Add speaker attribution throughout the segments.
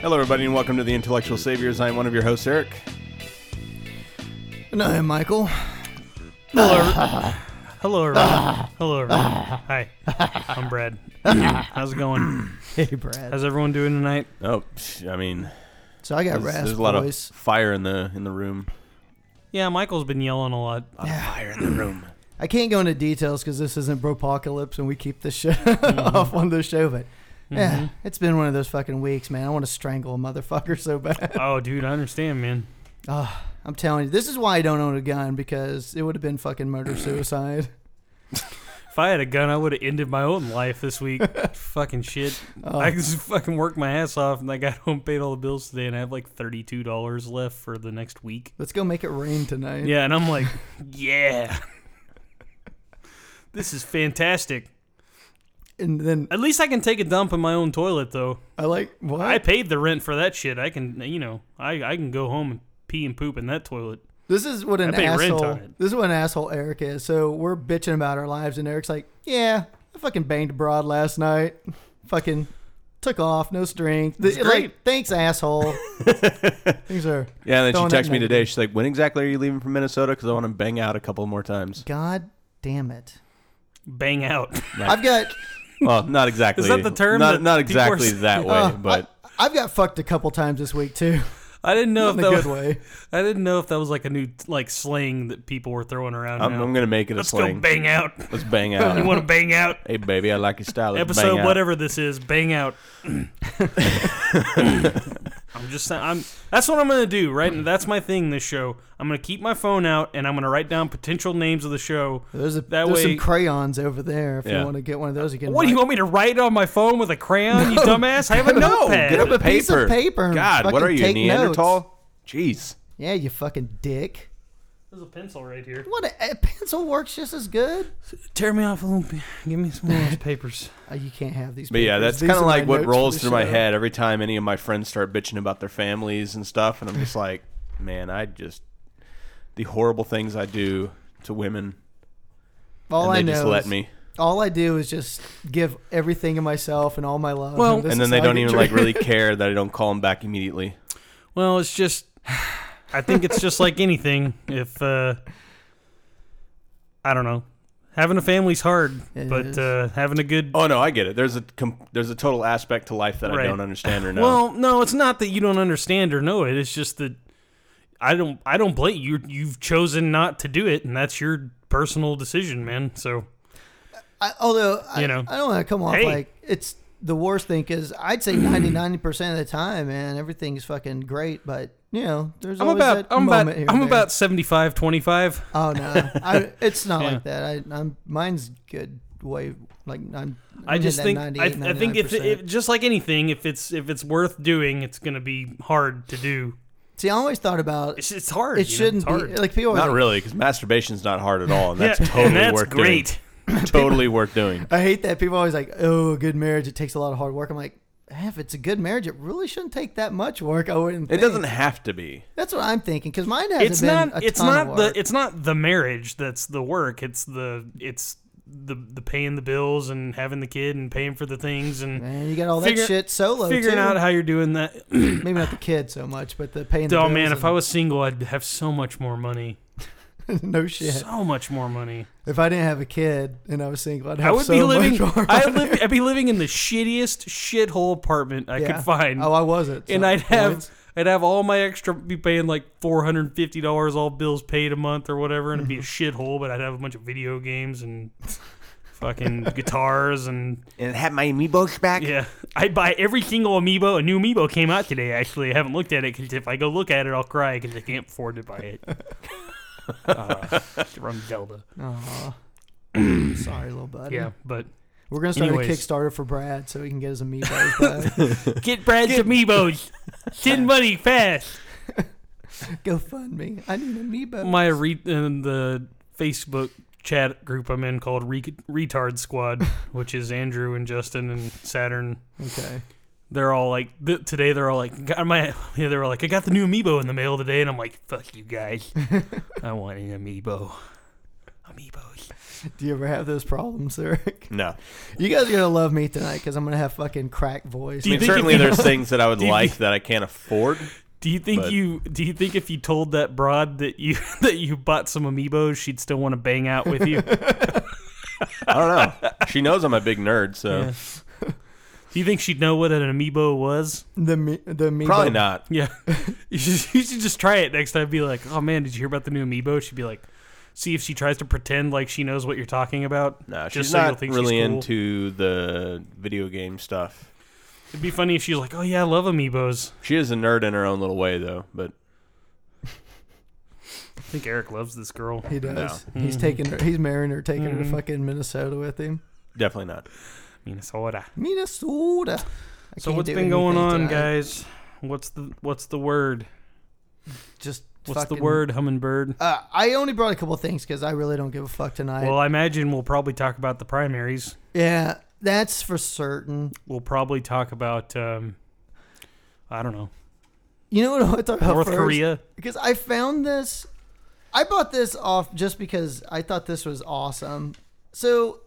Speaker 1: Hello, everybody, and welcome to the Intellectual Saviors. I'm one of your hosts, Eric.
Speaker 2: And I am Michael.
Speaker 3: Hello, everyone. Hello, everyone. Hi, I'm Brad. How's it going?
Speaker 2: Hey, Brad.
Speaker 3: How's everyone doing tonight?
Speaker 1: Oh, psh, I mean,
Speaker 2: So I got
Speaker 1: there's,
Speaker 2: rasped
Speaker 1: there's a lot
Speaker 2: voice.
Speaker 1: of fire in the in the room.
Speaker 3: Yeah, Michael's been yelling a lot.
Speaker 1: Fire in the room.
Speaker 2: I can't go into details because this isn't Bropocalypse and we keep this shit
Speaker 1: Mm-hmm.
Speaker 2: off on the show, but yeah, it's been one of those fucking weeks, man. I want to strangle a motherfucker so bad.
Speaker 3: Oh, dude, I understand, man.
Speaker 2: Ah, I'm telling you, this is why I don't own a gun because it would have been fucking murder suicide.
Speaker 3: If I had a gun, I would have ended my own life this week. fucking shit. I just fucking worked my ass off, and I got home, paid all the bills today, and I have like thirty-two dollars left for the next week.
Speaker 2: Let's go make it rain tonight.
Speaker 3: Yeah, and I'm like, yeah, this is fantastic.
Speaker 2: And then
Speaker 3: At least I can take a dump in my own toilet, though.
Speaker 2: I like, what?
Speaker 3: I paid the rent for that shit. I can, you know, I, I can go home and pee and poop in that toilet.
Speaker 2: This is what an
Speaker 3: I pay rent
Speaker 2: asshole.
Speaker 3: on it.
Speaker 2: This is what an asshole Eric is. So we're bitching about our lives, and Eric's like, "Yeah, I fucking banged abroad last night. Fucking took off, no string. The-
Speaker 3: great.
Speaker 2: Like, thanks, asshole. Things are.
Speaker 1: Yeah, and then
Speaker 2: Throwing
Speaker 1: she texted
Speaker 2: that
Speaker 1: me
Speaker 2: negative.
Speaker 1: today. She's like, "When exactly are you leaving for Minnesota? Because I want to bang out a couple more times."
Speaker 2: God damn it.
Speaker 3: Bang out.
Speaker 2: I've got.
Speaker 1: Well, not exactly.
Speaker 3: Is that the term
Speaker 1: Not,
Speaker 3: that
Speaker 1: not
Speaker 3: people are
Speaker 1: exactly
Speaker 3: saying?
Speaker 1: that way,
Speaker 2: uh,
Speaker 1: but
Speaker 2: I, have got fucked a couple times this week too,
Speaker 3: I didn't know
Speaker 2: in
Speaker 3: if
Speaker 2: a
Speaker 3: that was,
Speaker 2: good way.
Speaker 3: I didn't know if that was like a new like slang that people were throwing around.
Speaker 1: I'm,
Speaker 3: now.
Speaker 1: I'm gonna make it a
Speaker 3: Let's
Speaker 1: slang.
Speaker 3: go bang out.
Speaker 1: Let's bang
Speaker 3: You
Speaker 1: out.
Speaker 3: want to bang out?
Speaker 1: hey, baby, I like your style. Let's bang
Speaker 3: Episode
Speaker 1: out.
Speaker 3: whatever this is, bang out. I'm just sa- I'm that's what I'm gonna do right. That's my thing. This show, I'm gonna keep my phone out and I'm gonna write down potential names of the show.
Speaker 2: There's a,
Speaker 3: That
Speaker 2: there's
Speaker 3: way-
Speaker 2: some crayons over there if
Speaker 1: Yeah.
Speaker 2: you want to get one of those again.
Speaker 3: What do you want me to write on my phone with a crayon? You dumbass! I have a
Speaker 1: No,
Speaker 3: notepad.
Speaker 1: get a,
Speaker 2: a piece
Speaker 1: paper.
Speaker 2: of paper and
Speaker 1: God, what
Speaker 2: fucking
Speaker 1: are you,
Speaker 2: take
Speaker 1: Neanderthal? Jeez.
Speaker 2: Yeah, you fucking dick.
Speaker 3: There's a pencil right here.
Speaker 2: What a, a pencil works just as good.
Speaker 3: Tear me off a little bit. Give me some more of those papers.
Speaker 2: Oh, you can't have these.
Speaker 1: But yeah,
Speaker 2: papers.
Speaker 1: that's
Speaker 2: These
Speaker 1: kind of
Speaker 2: are my
Speaker 1: like what
Speaker 2: notes for
Speaker 1: rolls
Speaker 2: the
Speaker 1: through my
Speaker 2: show.
Speaker 1: head every time any of my friends start bitching about their families and stuff, and I'm just like, man, I just the horrible things I do to women,
Speaker 2: All
Speaker 1: and they
Speaker 2: I know
Speaker 1: just let
Speaker 2: is-
Speaker 1: me,
Speaker 2: All I do is just give everything of myself and all my love.
Speaker 3: Well-
Speaker 1: and
Speaker 2: this
Speaker 1: then
Speaker 2: is
Speaker 1: they
Speaker 2: how I
Speaker 1: don't
Speaker 2: get
Speaker 1: even like
Speaker 2: treated.
Speaker 1: really care that I don't call them back immediately.
Speaker 3: Well, it's just. I think it's just like anything. If uh, I don't know, having a family's hard,
Speaker 2: It
Speaker 3: but
Speaker 2: is.
Speaker 3: uh, having a good.
Speaker 1: Oh no, I get it. There's a com- there's a total aspect to life that I
Speaker 3: Right.
Speaker 1: don't understand or know.
Speaker 3: Well, no, it's not that you don't understand or know it. It's just that I don't. I don't blame you. You've chosen not to do it, and that's your personal decision, man. So
Speaker 2: I, although I,
Speaker 3: You know.
Speaker 2: I don't want to come off
Speaker 3: Hey.
Speaker 2: like it's the worst thing because I'd say 99 percent of the time, man, everything's fucking great. But you know, there's
Speaker 3: I'm
Speaker 2: always
Speaker 3: about.
Speaker 2: that
Speaker 3: I'm
Speaker 2: moment
Speaker 3: about.
Speaker 2: here.
Speaker 3: I'm
Speaker 2: and there.
Speaker 3: about 75, 25.
Speaker 2: Oh no, I, it's not
Speaker 3: Yeah.
Speaker 2: like that. I, I'm mine's good way. Like I'm.
Speaker 3: I
Speaker 2: I'm
Speaker 3: just
Speaker 2: in
Speaker 3: think
Speaker 2: that
Speaker 3: I, I think if, if just like anything, if it's if it's worth doing, it's gonna be hard to do.
Speaker 2: see, I always thought about
Speaker 3: It's, it's hard.
Speaker 2: it
Speaker 3: you know,
Speaker 2: shouldn't
Speaker 3: it's hard.
Speaker 2: be like people. always
Speaker 1: not
Speaker 2: like,
Speaker 1: really, because masturbation's not hard at all, and that's
Speaker 3: Yeah,
Speaker 1: totally
Speaker 3: and that's
Speaker 1: worth
Speaker 3: great.
Speaker 1: doing. Totally worth doing.
Speaker 2: I hate that people are always like, "Oh, a good marriage it takes a lot of hard work." I'm like, eh, if it's a good marriage, it really shouldn't take that much work. I wouldn't.
Speaker 1: It
Speaker 2: think.
Speaker 1: doesn't have to be.
Speaker 2: That's what I'm thinking because mine hasn't
Speaker 3: It's
Speaker 2: been
Speaker 3: not.
Speaker 2: a
Speaker 3: It's
Speaker 2: ton
Speaker 3: not
Speaker 2: of
Speaker 3: the.
Speaker 2: work.
Speaker 3: It's not the marriage that's the work. It's the. It's the the paying the bills and having the kid and paying for the things and
Speaker 2: man, you got all
Speaker 3: figure-
Speaker 2: that shit solo
Speaker 3: figuring
Speaker 2: too.
Speaker 3: out how you're doing that.
Speaker 2: Maybe not the kid so much, but the paying. The
Speaker 3: oh
Speaker 2: bills
Speaker 3: man, if
Speaker 2: and-
Speaker 3: I was single, I'd have so much more money.
Speaker 2: no shit.
Speaker 3: So much more money.
Speaker 2: If I didn't have a kid and I was single, I'd
Speaker 3: I
Speaker 2: have
Speaker 3: would
Speaker 2: so
Speaker 3: be
Speaker 2: much
Speaker 3: living.
Speaker 2: more
Speaker 3: I
Speaker 2: money.
Speaker 3: live. I'd be living in the shittiest shithole apartment I
Speaker 2: Yeah.
Speaker 3: could find.
Speaker 2: Oh, I wasn't.
Speaker 3: and
Speaker 2: so
Speaker 3: I'd have
Speaker 2: points.
Speaker 3: I'd have all my extra, be paying like four hundred and fifty dollars, all bills paid a month or whatever, and it'd be a shithole. But I'd have a bunch of video games and fucking guitars and
Speaker 1: and have my amiibos back.
Speaker 3: yeah. I'd buy every single amiibo. A new amiibo came out today. Actually, I haven't looked at it because if I go look at it, I'll cry because I can't afford to buy it. uh, from Zelda,
Speaker 2: Aw. Uh-huh. Sorry, little buddy.
Speaker 3: yeah, but
Speaker 2: We're gonna start a
Speaker 3: Anyways.
Speaker 2: Kickstarter for Brad so he can get his amiibos back.
Speaker 3: get Brad's amiibos. Send money fast.
Speaker 2: Go fund me. I need amiibo.
Speaker 3: my re- in the Facebook chat group I'm in called re- Retard Squad, which is Andrew and Justin and Saturn.
Speaker 2: okay.
Speaker 3: They're all like th- today. They're all like, got my. Yeah, they're all like, I got the new amiibo in the mail today, and I'm like, fuck you guys. I want an amiibo. Amiibos.
Speaker 2: Do you ever have those problems, Eric?
Speaker 1: No,
Speaker 2: You guys are gonna love me tonight because I'm gonna have fucking crack voice.
Speaker 1: I mean
Speaker 3: think if
Speaker 1: certainly
Speaker 3: you-
Speaker 1: there's things that I would
Speaker 3: Do you-
Speaker 1: like that I can't afford.
Speaker 3: Do you think
Speaker 1: But-
Speaker 3: you do you think if you told that broad that you that you bought some amiibos, she'd still want to bang out with you?
Speaker 1: I don't know. She knows I'm a big nerd, so
Speaker 3: Yeah. Do you think she'd know what an amiibo was?
Speaker 2: The me- the amiibo.
Speaker 1: probably not.
Speaker 3: Yeah. you, should, you should just try it next time. Be like, oh man, did you hear about the new amiibo? She'd be like, see if she tries to pretend like she knows what you're talking about.
Speaker 1: No,
Speaker 3: Just
Speaker 1: she's
Speaker 3: so you'll
Speaker 1: not
Speaker 3: think she's
Speaker 1: really
Speaker 3: cool.
Speaker 1: into the video game stuff.
Speaker 3: It'd be funny if she's like, oh yeah, I love amiibos.
Speaker 1: She is a nerd in her own little way, though. But
Speaker 3: I think Eric loves this girl.
Speaker 2: He does.
Speaker 3: No.
Speaker 2: He's
Speaker 3: Mhm.
Speaker 2: taking her. He's marrying her, taking her to
Speaker 3: Mhm.
Speaker 2: fucking Minnesota with him.
Speaker 1: definitely not.
Speaker 3: Minnesota.
Speaker 2: Minnesota. I
Speaker 3: So
Speaker 2: can't
Speaker 3: what's
Speaker 2: do
Speaker 3: been going on,
Speaker 2: anything tonight.
Speaker 3: guys? What's the what's the word?
Speaker 2: Just
Speaker 3: What's the
Speaker 2: fucking-
Speaker 3: word, hummingbird?
Speaker 2: Uh, I only brought a couple things because I really don't give a fuck tonight.
Speaker 3: well, I imagine we'll probably talk about the primaries.
Speaker 2: yeah, that's for certain.
Speaker 3: We'll probably talk about um, I don't know
Speaker 2: You know what I want to talk about
Speaker 3: North
Speaker 2: first?
Speaker 3: Korea.
Speaker 2: because I found this. I bought this off just because I thought this was awesome. So,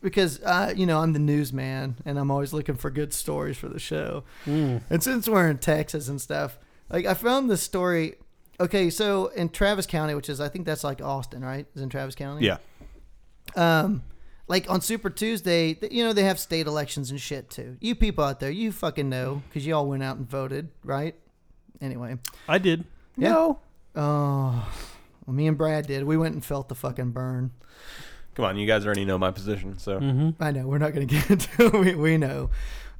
Speaker 2: because uh, you know I'm the newsman and I'm always looking for good stories for the show, and since we're in Texas and stuff, like I found this story. Okay, so in Travis County, which is I think that's like Austin, right? Is in Travis County.
Speaker 1: Yeah,
Speaker 2: Um, like on Super Tuesday, th- you know they have state elections and shit too. You people out there, you fucking know because you all went out and voted, right? Anyway.
Speaker 3: I did.
Speaker 2: No. Oh, well, me and Brad did. We went and felt the fucking burn.
Speaker 1: come on, you guys already know my position, so
Speaker 3: Mm-hmm.
Speaker 2: I know. We're not going to get into it. We, we know.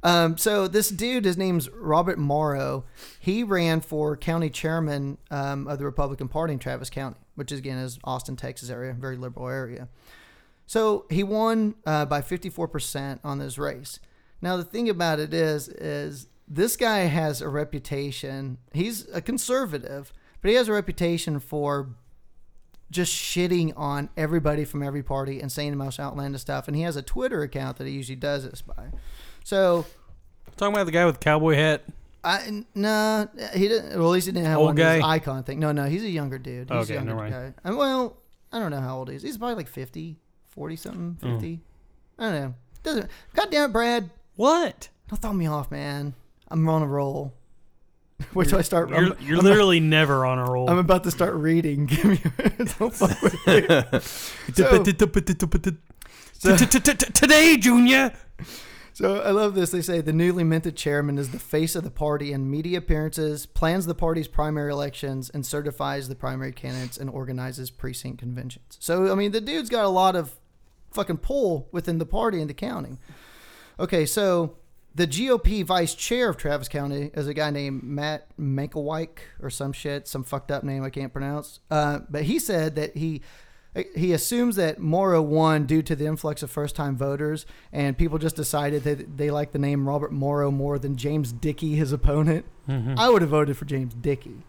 Speaker 2: Um, so this dude, his name's Robert Morrow. He ran for county chairman um, of the Republican Party in Travis County, which is, again is Austin, Texas area, very liberal area. So he won uh, by 54% on this race. Now the thing about it is, is this guy has a reputation. He's a conservative, but he has a reputation for just shitting on everybody from every party and saying the most outlandish stuff. And he has a Twitter account that he usually does this by. So
Speaker 3: Talking about the guy with the cowboy hat.
Speaker 2: I no, he didn't. Well, at least he didn't have
Speaker 3: Old
Speaker 2: one of those
Speaker 3: guy?
Speaker 2: icon thing. No, no, he's a younger dude. He's
Speaker 3: Okay,
Speaker 2: a younger
Speaker 3: never mind.
Speaker 2: guy. And, well, I don't know how old he is. He's probably like 50, 40 something,
Speaker 3: Mm.
Speaker 2: 50. I don't know. Doesn't. God damn it, Brad!
Speaker 3: What?
Speaker 2: Don't throw me off, man. I'm on a roll. Wait till I start.
Speaker 3: You're,
Speaker 2: I'm,
Speaker 3: you're literally never on a roll.
Speaker 2: I'm about to start reading. Give me. Don't fuck with me. So-
Speaker 3: Today, Junior.
Speaker 2: So I love this. They say the newly minted chairman is the face of the party in media appearances, plans the party's primary elections, and certifies the primary candidates and organizes precinct conventions. So I mean, the dude's got a lot of fucking pull within the party and the county. Okay, so the GOP vice chair of Travis County is a guy named Matt Mankiewicz or some shit, some fucked up name I can't pronounce. Uh, but he said that he he assumes that Morrow won due to the influx of first time voters, and people just decided that they like the name Robert Morrow more than James Dickey, his opponent.
Speaker 3: Mm-hmm.
Speaker 2: I would have voted for James Dickey.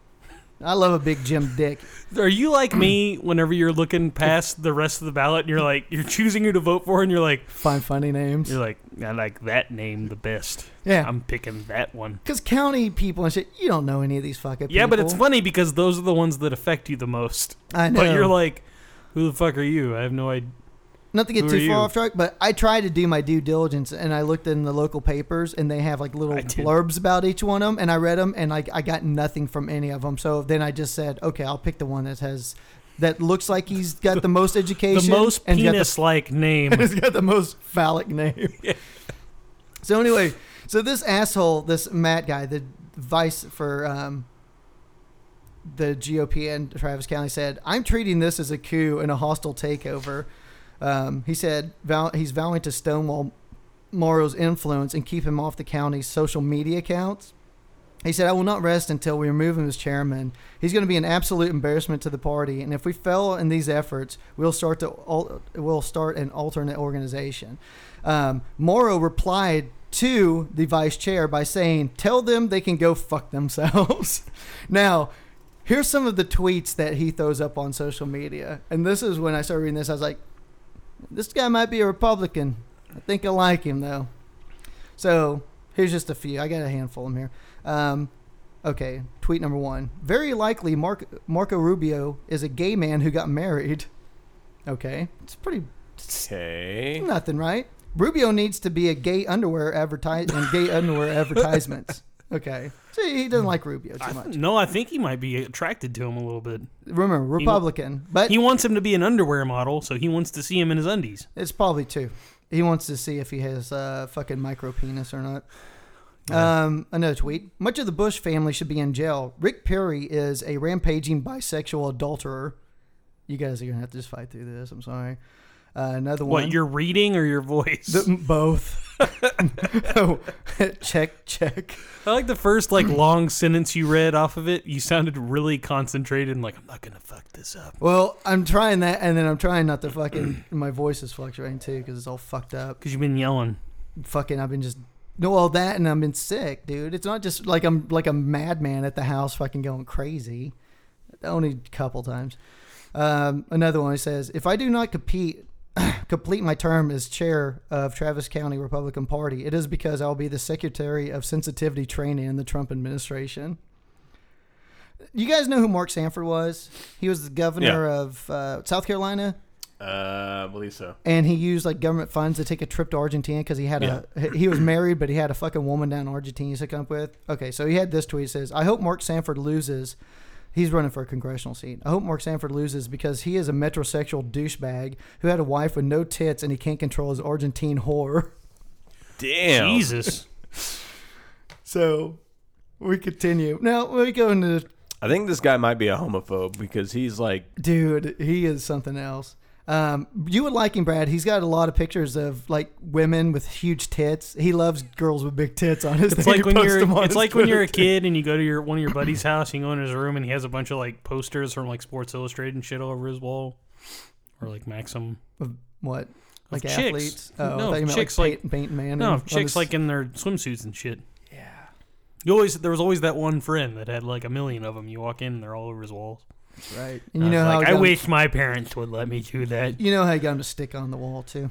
Speaker 2: I love a big Jim Dick.
Speaker 3: Are you like me whenever you're looking past the rest of the ballot and you're like, you're choosing who to vote for and you're like,
Speaker 2: Find funny names.
Speaker 3: you're like, I like that name the best.
Speaker 2: Yeah.
Speaker 3: I'm picking that one.
Speaker 2: Because county people and shit, you don't know any of these fucking people.
Speaker 3: Yeah, but it's funny because those are the ones that affect you the most.
Speaker 2: I know.
Speaker 3: But you're like, who the fuck are you? I have no idea.
Speaker 2: Not to get
Speaker 3: Who
Speaker 2: too
Speaker 3: are
Speaker 2: far
Speaker 3: you?
Speaker 2: off track, but I tried to do my due diligence and I looked in the local papers and they have like little
Speaker 3: I did.
Speaker 2: blurbs about each one of them and I read them and like I got nothing from any of them. So then I just said, okay, I'll pick the one that has that looks like he's got the most
Speaker 3: The
Speaker 2: education,
Speaker 3: most
Speaker 2: and he's got the
Speaker 3: penis-like name.
Speaker 2: and it's got the most phallic name. So anyway, so this asshole, this Matt guy, the Vice for um, the GOP and Travis County said, "I'm treating this as a coup and a hostile takeover." Um, he said Val- he's vowing to stonewall Morrow's influence and keep him off the county's social media accounts. He said, I will not rest until we remove him as chairman. He's going to be an absolute embarrassment to the party, and if we fail in these efforts, we'll start to al- we'll start an alternate organization. Um, Morrow replied to the vice chair by saying, "Tell them they can go fuck themselves." now, here's some of the tweets that he throws up on social media, and this is when I started reading this. I was like, "This guy might be a Republican. I think I like him though." So here's just a few. I got a handful of them here. Um, okay, tweet number one. Very likely, Mark, Marco Rubio is a gay man who got married. Okay, it's pretty
Speaker 1: Okay.
Speaker 2: nothing, right? Rubio needs to be a gay underwear advertise and gay underwear advertisements. Okay, so he doesn't like Rubio too much.
Speaker 3: No, I think he might be attracted to him a little bit.
Speaker 2: Remember,
Speaker 3: He wa-
Speaker 2: Republican, but
Speaker 3: He wants him to be an underwear model, so he wants to see him in his undies.
Speaker 2: it's probably two. He wants to see if he has a uh, fucking micro penis or not. Um, another tweet. Much of the Bush family should be in jail. Rick Perry is a rampaging bisexual adulterer. You guys are gonna have to just fight through this. I'm sorry. Uh, another one.
Speaker 3: What your reading or your voice?
Speaker 2: The- both. oh, check, check.
Speaker 3: I like the first like long sentence you read off of it. You sounded really concentrated and like I'm not gonna fuck this up.
Speaker 2: Well, I'm trying that, and then I'm trying not to fucking. my voice is fluctuating too because it's all fucked up.
Speaker 3: Because you've been yelling.
Speaker 2: fucking I've been just no all that and I've been sick, dude. It's not just like I'm like a madman at the house fucking going crazy. Only a couple times. Um, another one says, if I do not compete complete my term as chair of Travis County Republican Party, it is because I'll be the secretary of sensitivity training in the Trump administration. You guys know who Mark Sanford was? He was the governor of uh, South Carolina
Speaker 1: Uh, I believe so.
Speaker 2: and he used like government funds to take a trip to Argentina because he had a he was married, but he had a fucking woman down in Argentina he's hooking up with. Okay, so he had this tweet that says, "I hope Mark Sanford loses." He's running for a congressional seat. I hope Mark Sanford loses because he is a metrosexual douchebag who had a wife with no tits and he can't control his Argentine whore.
Speaker 1: Damn.
Speaker 3: Jesus.
Speaker 2: So we continue. Now we go into
Speaker 1: I think this guy might be a homophobe because he's like,
Speaker 2: Dude, he is something else. Um, you would like him, Brad. He's got a lot of pictures of like women with huge tits. He loves girls with big tits on his.
Speaker 3: It's
Speaker 2: thing.
Speaker 3: like
Speaker 2: He
Speaker 3: when
Speaker 2: posts
Speaker 3: you're
Speaker 2: them on
Speaker 3: it's
Speaker 2: his
Speaker 3: like when you're a
Speaker 2: Twitter.
Speaker 3: kid and you go to your one of your buddy's house and you go in his room and he has a bunch of like posters from like Sports Illustrated and shit all over his wall. Or like Maxim.
Speaker 2: What? Like
Speaker 3: chicks.
Speaker 2: athletes? Oh, I
Speaker 3: No,
Speaker 2: thought you meant
Speaker 3: chicks
Speaker 2: like,
Speaker 3: like-
Speaker 2: paint, paint man.
Speaker 3: No,
Speaker 2: and on
Speaker 3: chicks
Speaker 2: his-
Speaker 3: like in their swimsuits and shit. Yeah. You always there was always that one friend that had like a million of them. You walk in and they're all over his walls.
Speaker 2: right. And you
Speaker 3: I
Speaker 2: know
Speaker 3: was
Speaker 2: how
Speaker 3: uh, like,
Speaker 2: he got
Speaker 3: I
Speaker 2: him-
Speaker 3: wish my parents would let me do that.
Speaker 2: You know how he got him to stick on the wall too.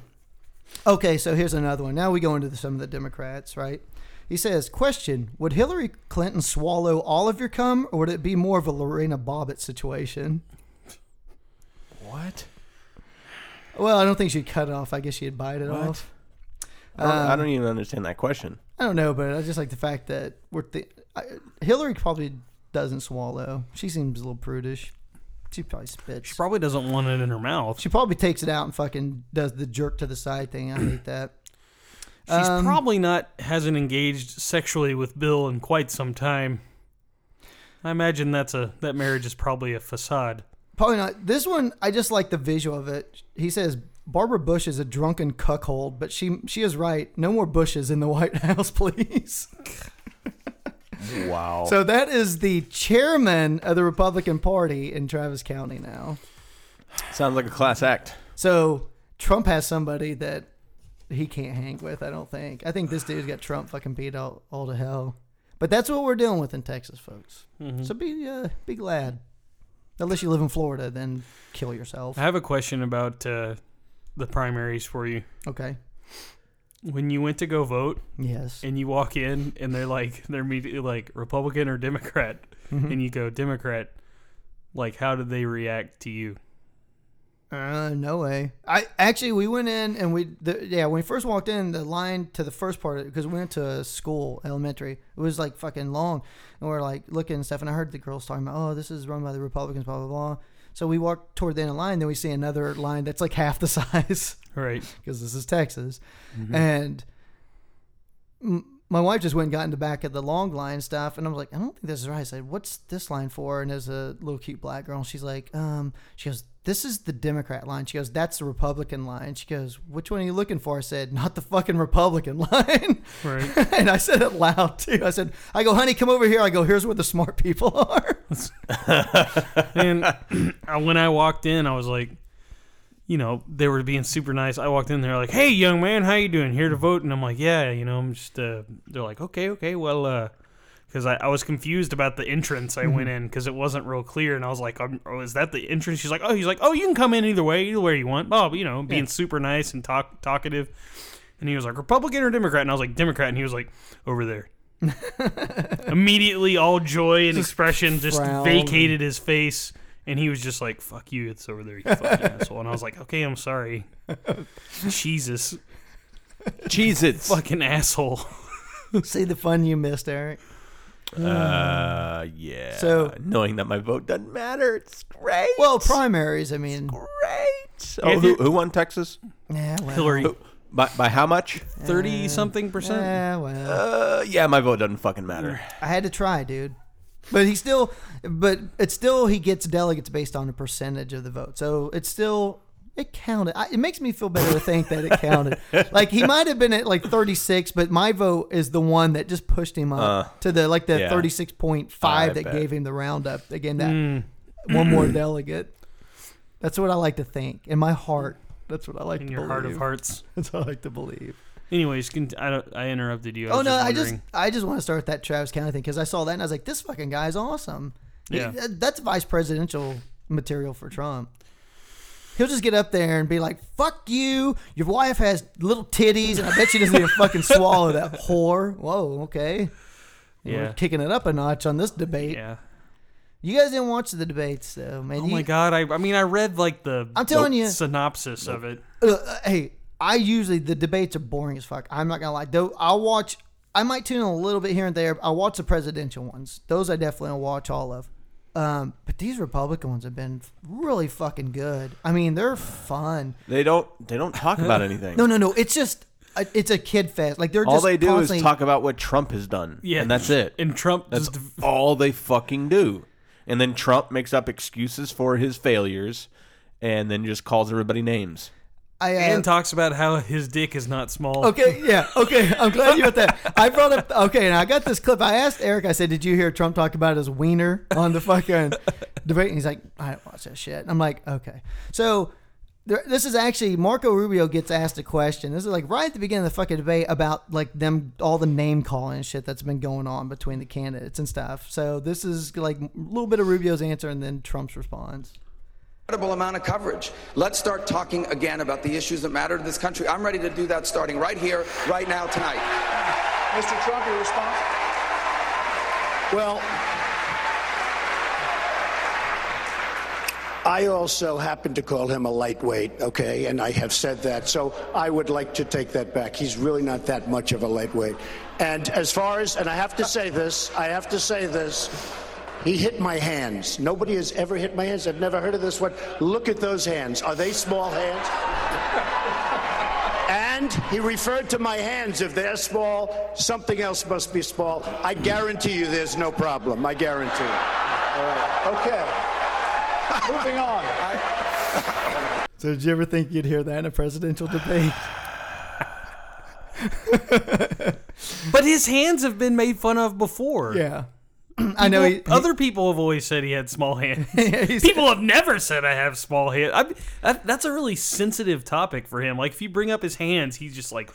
Speaker 2: Okay, so here's another one. Now we go into the, some of the Democrats, right? He says, "Question: Would Hillary Clinton swallow all of your cum, or would it be more of a Lorena Bobbitt situation?"
Speaker 1: what?
Speaker 2: Well, I don't think she'd cut it off. I guess she'd bite it
Speaker 1: What?
Speaker 2: off.
Speaker 1: I don't, I
Speaker 2: Um,
Speaker 1: don't even understand that question.
Speaker 2: I don't know, but I just like the fact that we're th- I, Hillary probably doesn't swallow. She seems a little prudish. She probably spits.
Speaker 3: She
Speaker 2: She,
Speaker 3: probably doesn't want it in her mouth.
Speaker 2: probably takes it out and fucking does the jerk to the side thing. I hate that.
Speaker 3: She's
Speaker 2: Um,
Speaker 3: probably not hasn't engaged sexually with Bill in quite some time. I imagine that's a that marriage is probably a facade.
Speaker 2: Probably not. This one, I just like the visual of it. He says Barbara Bush is a drunken cuckold, but she she is right. No more Bushes in the White House, please.
Speaker 1: Wow.
Speaker 2: So that is the chairman of the Republican Party in Travis County now.
Speaker 1: Sounds like a class act.
Speaker 2: So Trump has somebody that he can't hang with. I don't think. I think this dude's got Trump fucking beat all, all to hell. But that's what we're dealing with in Texas, folks. So be uh, be glad. Unless you live in Florida, then kill yourself.
Speaker 3: I have a question about uh, the primaries for you.
Speaker 2: Okay.
Speaker 3: When you went to go vote
Speaker 2: Yes.
Speaker 3: and you walk in and they're like they're immediately like Republican or Democrat,
Speaker 2: Mm-hmm.
Speaker 3: and you go Democrat, like how did they react to you?
Speaker 2: Uh, no way. I actually we went in and we the, yeah when we first walked in the line to the first part because we went to a school elementary it was like fucking long and we are like looking and stuff and I heard the girls talking about oh this is run by the Republicans blah blah blah so we walked toward the end of the line then we see another line that's like half the size
Speaker 3: Right. Mm-hmm.
Speaker 2: because this is Texas and m- my wife just went and got in the back of the long line stuff, and I was like, I don't think this is right. I said, What's this line for? And there's a little cute black girl, and she's like, um, she goes, This is the Democrat line. She goes, That's the Republican line. She goes, Which one are you looking for? I said, Not the fucking Republican line.
Speaker 3: Right.
Speaker 2: and I said it loud too. I said, I go, honey, come over here. I go, here's where the smart people are.
Speaker 3: And I- when I walked in, I was like, you know, they were being super nice. I walked in, they're like, "Hey, young man, how you doing? Here to vote?" And I'm like, "Yeah, you know, I'm just." Uh, they're like, "Okay, okay, well," uh 'cause because I, I was confused about the entrance I went in because it wasn't real clear, and I was like, um, "Oh, is that the entrance?" She's like, "Oh, he's like, oh, you can come in either way, either way you want." Bob, you know, being super nice and talk talkative, and he was like, "Republican or Democrat?" And I was like, "Democrat," and he was like, "Over there." Immediately, all joy and expression just
Speaker 2: frown.
Speaker 3: vacated his face, and he was just like, "Fuck you, it's over there, you fucking asshole." And I was like, "Okay, I'm sorry." Jesus,
Speaker 1: Cheez Its.
Speaker 3: fucking asshole.
Speaker 2: See the fun you missed, Eric.
Speaker 1: Uh, yeah.
Speaker 2: So-
Speaker 1: knowing that my vote doesn't matter, it's great.
Speaker 2: Well, primaries, I mean,
Speaker 1: great.
Speaker 3: Yeah,
Speaker 1: Oh,
Speaker 3: if
Speaker 1: who,
Speaker 3: you-
Speaker 1: who won Texas?
Speaker 2: yeah, well,
Speaker 3: Hillary,
Speaker 1: Who, by, by how much?
Speaker 3: thirty something percent.
Speaker 2: Yeah, well,
Speaker 1: Uh, yeah, my vote doesn't fucking matter.
Speaker 2: I had to try, dude. But he still, but it's still he gets delegates based on a percentage of the vote, so it's still it counted. I, it makes me feel better to think that it counted. like he might have been at like thirty six, but my vote is the one that just pushed him up to the like the
Speaker 1: Uh, yeah.
Speaker 2: thirty six point five
Speaker 1: I
Speaker 2: that
Speaker 1: bet. Mm.
Speaker 2: gave him the roundup again. That
Speaker 3: Hmm.
Speaker 2: one more delegate. That's what I like to think in my heart. That's what I like
Speaker 3: In
Speaker 2: to
Speaker 3: your
Speaker 2: believe.
Speaker 3: heart of hearts.
Speaker 2: That's what I like to believe.
Speaker 3: Anyways, can, I, don't, I interrupted you. I
Speaker 2: Oh
Speaker 3: was
Speaker 2: no,
Speaker 3: just
Speaker 2: I just
Speaker 3: wondering.
Speaker 2: I just want to start with that Travis County thing because I saw that and I was like, this fucking guy's awesome.
Speaker 3: Yeah.
Speaker 2: Th- that's vice presidential material for Trump. He'll just get up there and be like, "Fuck you! Your wife has little titties, and I bet she doesn't even fucking swallow that whore." Whoa, okay,
Speaker 3: yeah,
Speaker 2: we're kicking it up a notch on this debate.
Speaker 3: yeah.
Speaker 2: You guys didn't watch the debates, so man.
Speaker 3: Oh
Speaker 2: you,
Speaker 3: my god, I, I mean, I read like the
Speaker 2: I'm telling you-
Speaker 3: synopsis of it.
Speaker 2: Uh, uh, hey, I usually the debates are boring as fuck. I'm not gonna lie. Though I'll watch. I might tune in a little bit here and there. I'll watch the presidential ones. Those I definitely will watch all of. Um, but these Republican ones have been really fucking good. I mean, they're fun.
Speaker 1: They don't. They don't talk about anything.
Speaker 2: No, no, no. It's just uh, it's a kid fest. Like they're
Speaker 1: All
Speaker 2: just
Speaker 1: they do
Speaker 2: constantly,
Speaker 1: is talk about what Trump has done.
Speaker 3: Yeah,
Speaker 1: and that's it.
Speaker 3: And Trump
Speaker 1: That's
Speaker 3: just
Speaker 1: all they fucking do. And then Trump makes up excuses for his failures, and then just calls everybody names.
Speaker 2: I, uh,
Speaker 3: and talks about how his dick is not small.
Speaker 2: Okay, yeah, okay. I'm glad you got that. I brought up okay, and I got this clip. I asked Eric. I said, "Did you hear Trump talk about his wiener on the fucking debate?" And he's like, "I don't watch that shit." And I'm like, "Okay." So there, this is actually Marco Rubio gets asked a question. This is like right at the beginning of the fucking debate about like them all the name calling and shit that's been going on between the candidates and stuff. So this is like a little bit of Rubio's answer and then Trump's response.
Speaker 4: incredible amount of coverage. Let's start talking again about the issues that matter to this country. I'm ready to do that starting right here, right now, tonight.
Speaker 5: Mr. Trump, your response? Well, I also happen to call him a lightweight, okay, and I have said that. So I would like to take that back. He's really not that much of a lightweight. And as far as, and I have to say this, I have to say this. He hit my hands. Nobody has ever hit my hands. I've never heard of this one. Look at those hands. Are they small hands? And he referred to my hands. If they're small, something else must be small. I guarantee you there's no problem. I guarantee it. All right. Okay. Moving on.
Speaker 2: So did you ever think you'd hear that in a presidential debate?
Speaker 3: But his hands have been made fun of before.
Speaker 2: Yeah. I know he,
Speaker 3: Other people have always said he had small hands.
Speaker 2: he's-
Speaker 3: people have never said I have small hands. I, that, that's a really sensitive topic for him. Like if you bring up his hands, he's just like,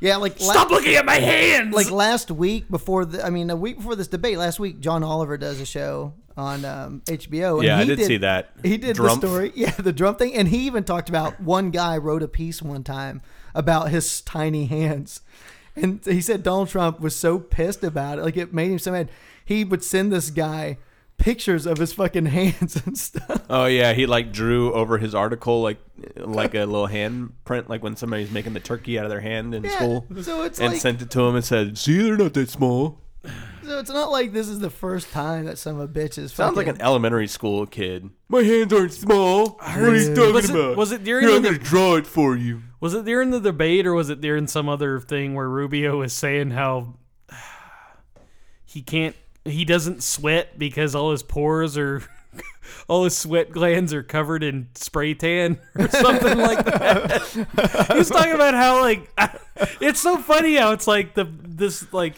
Speaker 2: yeah, like la-
Speaker 3: "Stop looking at my hands!"
Speaker 2: like last week before the, I mean, a week before this debate, last week John Oliver does a show on um, HBO. And
Speaker 1: Yeah, I
Speaker 2: he
Speaker 1: did see that.
Speaker 2: He did
Speaker 1: Drumpf.
Speaker 2: the story, yeah, the drum thing, and he even talked about one guy wrote a piece one time about his tiny hands, and he said Donald Trump was so pissed about it, like it made him so mad. He would send this guy pictures of his fucking hands and stuff.
Speaker 1: Oh yeah, he like drew over his article like like a little hand print, like when somebody's making the turkey out of their hand in
Speaker 2: Yeah,
Speaker 1: school.
Speaker 2: so it's
Speaker 1: and
Speaker 2: like-
Speaker 1: sent it to him and said, "See, they're not that small."
Speaker 2: So it's not like this is the first time that some of bitches
Speaker 1: Sounds like an elementary school kid. My hands aren't small. What are you talking
Speaker 3: was it-
Speaker 1: about?
Speaker 3: was it during
Speaker 1: Here, I'm
Speaker 3: the-
Speaker 1: gonna draw it for you.
Speaker 3: Was it during the debate or was it during some other thing where Rubio was saying how he can't, he doesn't sweat because all his pores are, all his sweat glands are covered in spray tan or something like that. he was talking about how like, it's so funny how it's like the this like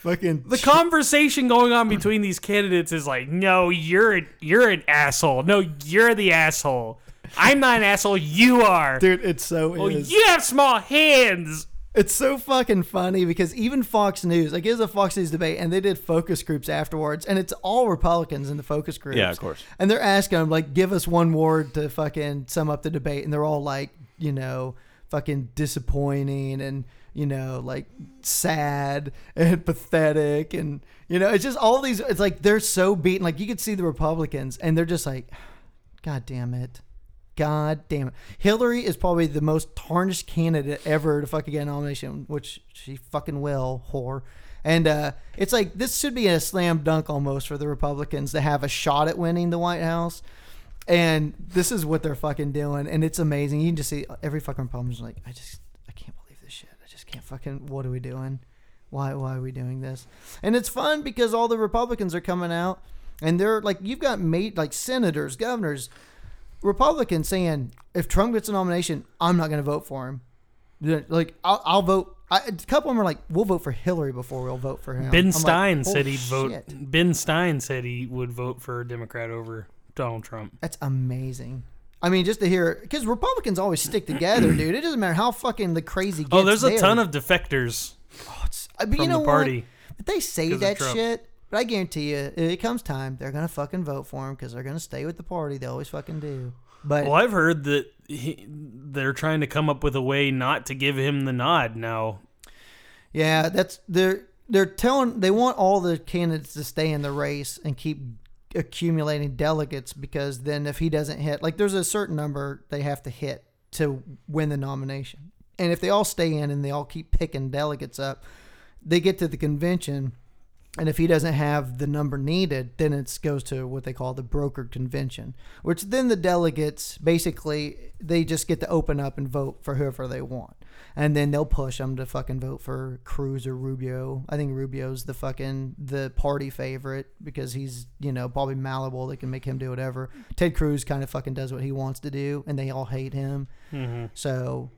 Speaker 2: Fucking
Speaker 3: the conversation going on between these candidates is like, no, you're an, you're an asshole. No, you're the asshole. I'm not an asshole. You are.
Speaker 2: dude, it so
Speaker 3: oh,
Speaker 2: is.
Speaker 3: you have small hands.
Speaker 2: It's so fucking funny because even Fox News, like it was a Fox News debate, and they did focus groups afterwards, and it's all Republicans in the focus groups.
Speaker 1: Yeah, of course.
Speaker 2: And they're asking them like, give us one word to fucking sum up the debate, and they're all like, you know, fucking disappointing and you know like sad and pathetic and you know it's just all these. It's like they're so beaten. Like you could see the Republicans, and they're just like, God damn it. God damn it. Hillary is probably the most tarnished candidate ever to fucking get a nomination, which she fucking will, whore. And uh, it's like this should be a slam dunk almost for the Republicans to have a shot at winning the White House. And this is what they're fucking doing, and it's amazing. You can just see every fucking problem is like, I just I can't believe this shit. I just can't fucking what are we doing? Why why are we doing this? And it's fun because all the Republicans are coming out and they're like you've got mate like senators, governors, Republicans saying if Trump gets a nomination, I'm not going to vote for him. They're Like I'll, I'll vote. I, a couple of them are like, we'll vote for Hillary before we'll vote for him. I'm
Speaker 3: Ben
Speaker 2: like, "Holy
Speaker 3: Stein said he'd vote.
Speaker 2: shit.
Speaker 3: Ben Stein said he would vote for a Democrat over Donald Trump.
Speaker 2: That's amazing. I mean, just to hear, because Republicans always stick together, dude. It doesn't matter how fucking the crazy. Gets
Speaker 3: Oh, there's a
Speaker 2: there.
Speaker 3: ton of defectors.
Speaker 2: I- but you
Speaker 3: from the
Speaker 2: know what?
Speaker 3: party
Speaker 2: But they say
Speaker 3: 'cause of
Speaker 2: that
Speaker 3: Trump.
Speaker 2: shit. But I guarantee you, if it comes time, they're gonna fucking vote for him because they're gonna stay with the party. They always fucking do. But
Speaker 3: Well, I've heard that he, they're trying to come up with a way not to give him the nod now.
Speaker 2: Yeah, that's they're they're telling they want all the candidates to stay in the race and keep accumulating delegates because then if he doesn't hit like there's a certain number they have to hit to win the nomination. And if they all stay in and they all keep picking delegates up, they get to the convention and if he doesn't have the number needed, then it goes to what they call the brokered convention, which then the delegates basically they just get to open up and vote for whoever they want, and then they'll push them to fucking vote for Cruz or Rubio. I think Rubio's the fucking the party favorite because he's you know probably malleable. They can make him do whatever. Ted Cruz kind of fucking does what he wants to do, and they all hate him. So,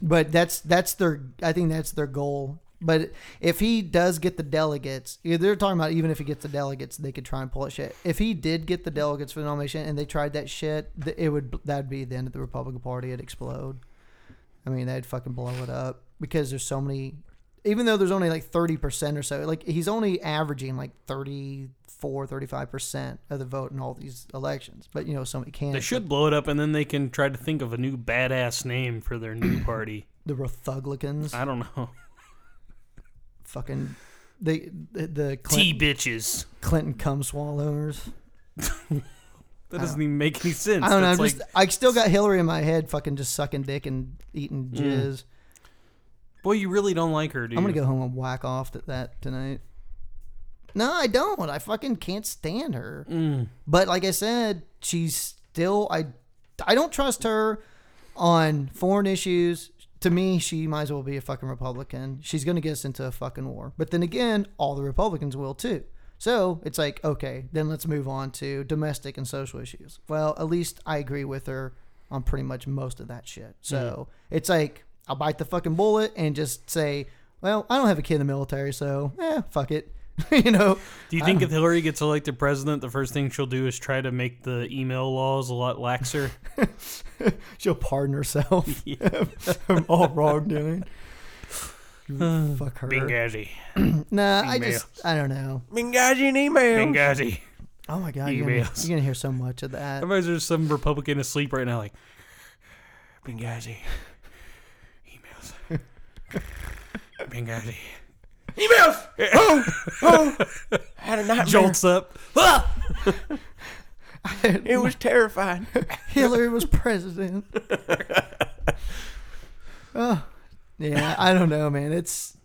Speaker 2: but that's that's their. I think that's their goal. But if he does get the delegates, yeah, they're talking about even if he gets the delegates, they could try and pull that shit. If he did get the delegates for the nomination and they tried that shit, th- it would that'd be the end of the Republican Party. It'd explode. I mean, they'd fucking blow it up because there's so many. Even though there's only like 30% or so, like he's only averaging like 34, 35% of the vote in all these elections. But you know, so many can't.
Speaker 3: They should blow it up, and then they can try to think of a new badass name for their new party.
Speaker 2: The Republicans.
Speaker 3: I don't know.
Speaker 2: fucking they the, the
Speaker 3: T
Speaker 2: Clinton,
Speaker 3: bitches.
Speaker 2: Clinton cum swallowers.
Speaker 3: That doesn't even make any sense.
Speaker 2: I don't know. I'm
Speaker 3: That's
Speaker 2: just
Speaker 3: like,
Speaker 2: I still got Hillary in my head, fucking just sucking dick and eating
Speaker 3: Mm.
Speaker 2: jizz.
Speaker 3: boy, you really don't like her, dude.
Speaker 2: I'm gonna go home and whack off at that tonight. No, I don't. I fucking can't stand her. But like I said, she's still I I don't trust her on foreign issues. To me, she might as well be a fucking Republican. She's gonna get us into a fucking war. But then again, all the Republicans will too. So it's like, okay, then let's move on to domestic and social issues. Well, at least I agree with her on pretty much most of that shit. So it's like I'll bite the fucking bullet and just say, well, I don't have a kid in the military, so eh, fuck it. you know,
Speaker 3: Do you think if Hillary gets elected president, the first thing she'll do is try to make the email laws a lot laxer?
Speaker 2: She'll pardon herself from all wrongdoing. Fuck her.
Speaker 3: Benghazi.
Speaker 2: Nah, I just, I don't know.
Speaker 1: Benghazi and email.
Speaker 3: Benghazi.
Speaker 2: Oh my God, you're gonna,
Speaker 3: Emails.
Speaker 2: you're gonna hear so much of that.
Speaker 3: Otherwise, there's some Republican asleep right now, like, Benghazi. Emails. Benghazi.
Speaker 1: Emails. Oh, oh. I had a nightmare.
Speaker 3: Jolts up. Ah!
Speaker 1: It was terrifying.
Speaker 2: Hillary was president. oh, yeah, I don't know, man. It's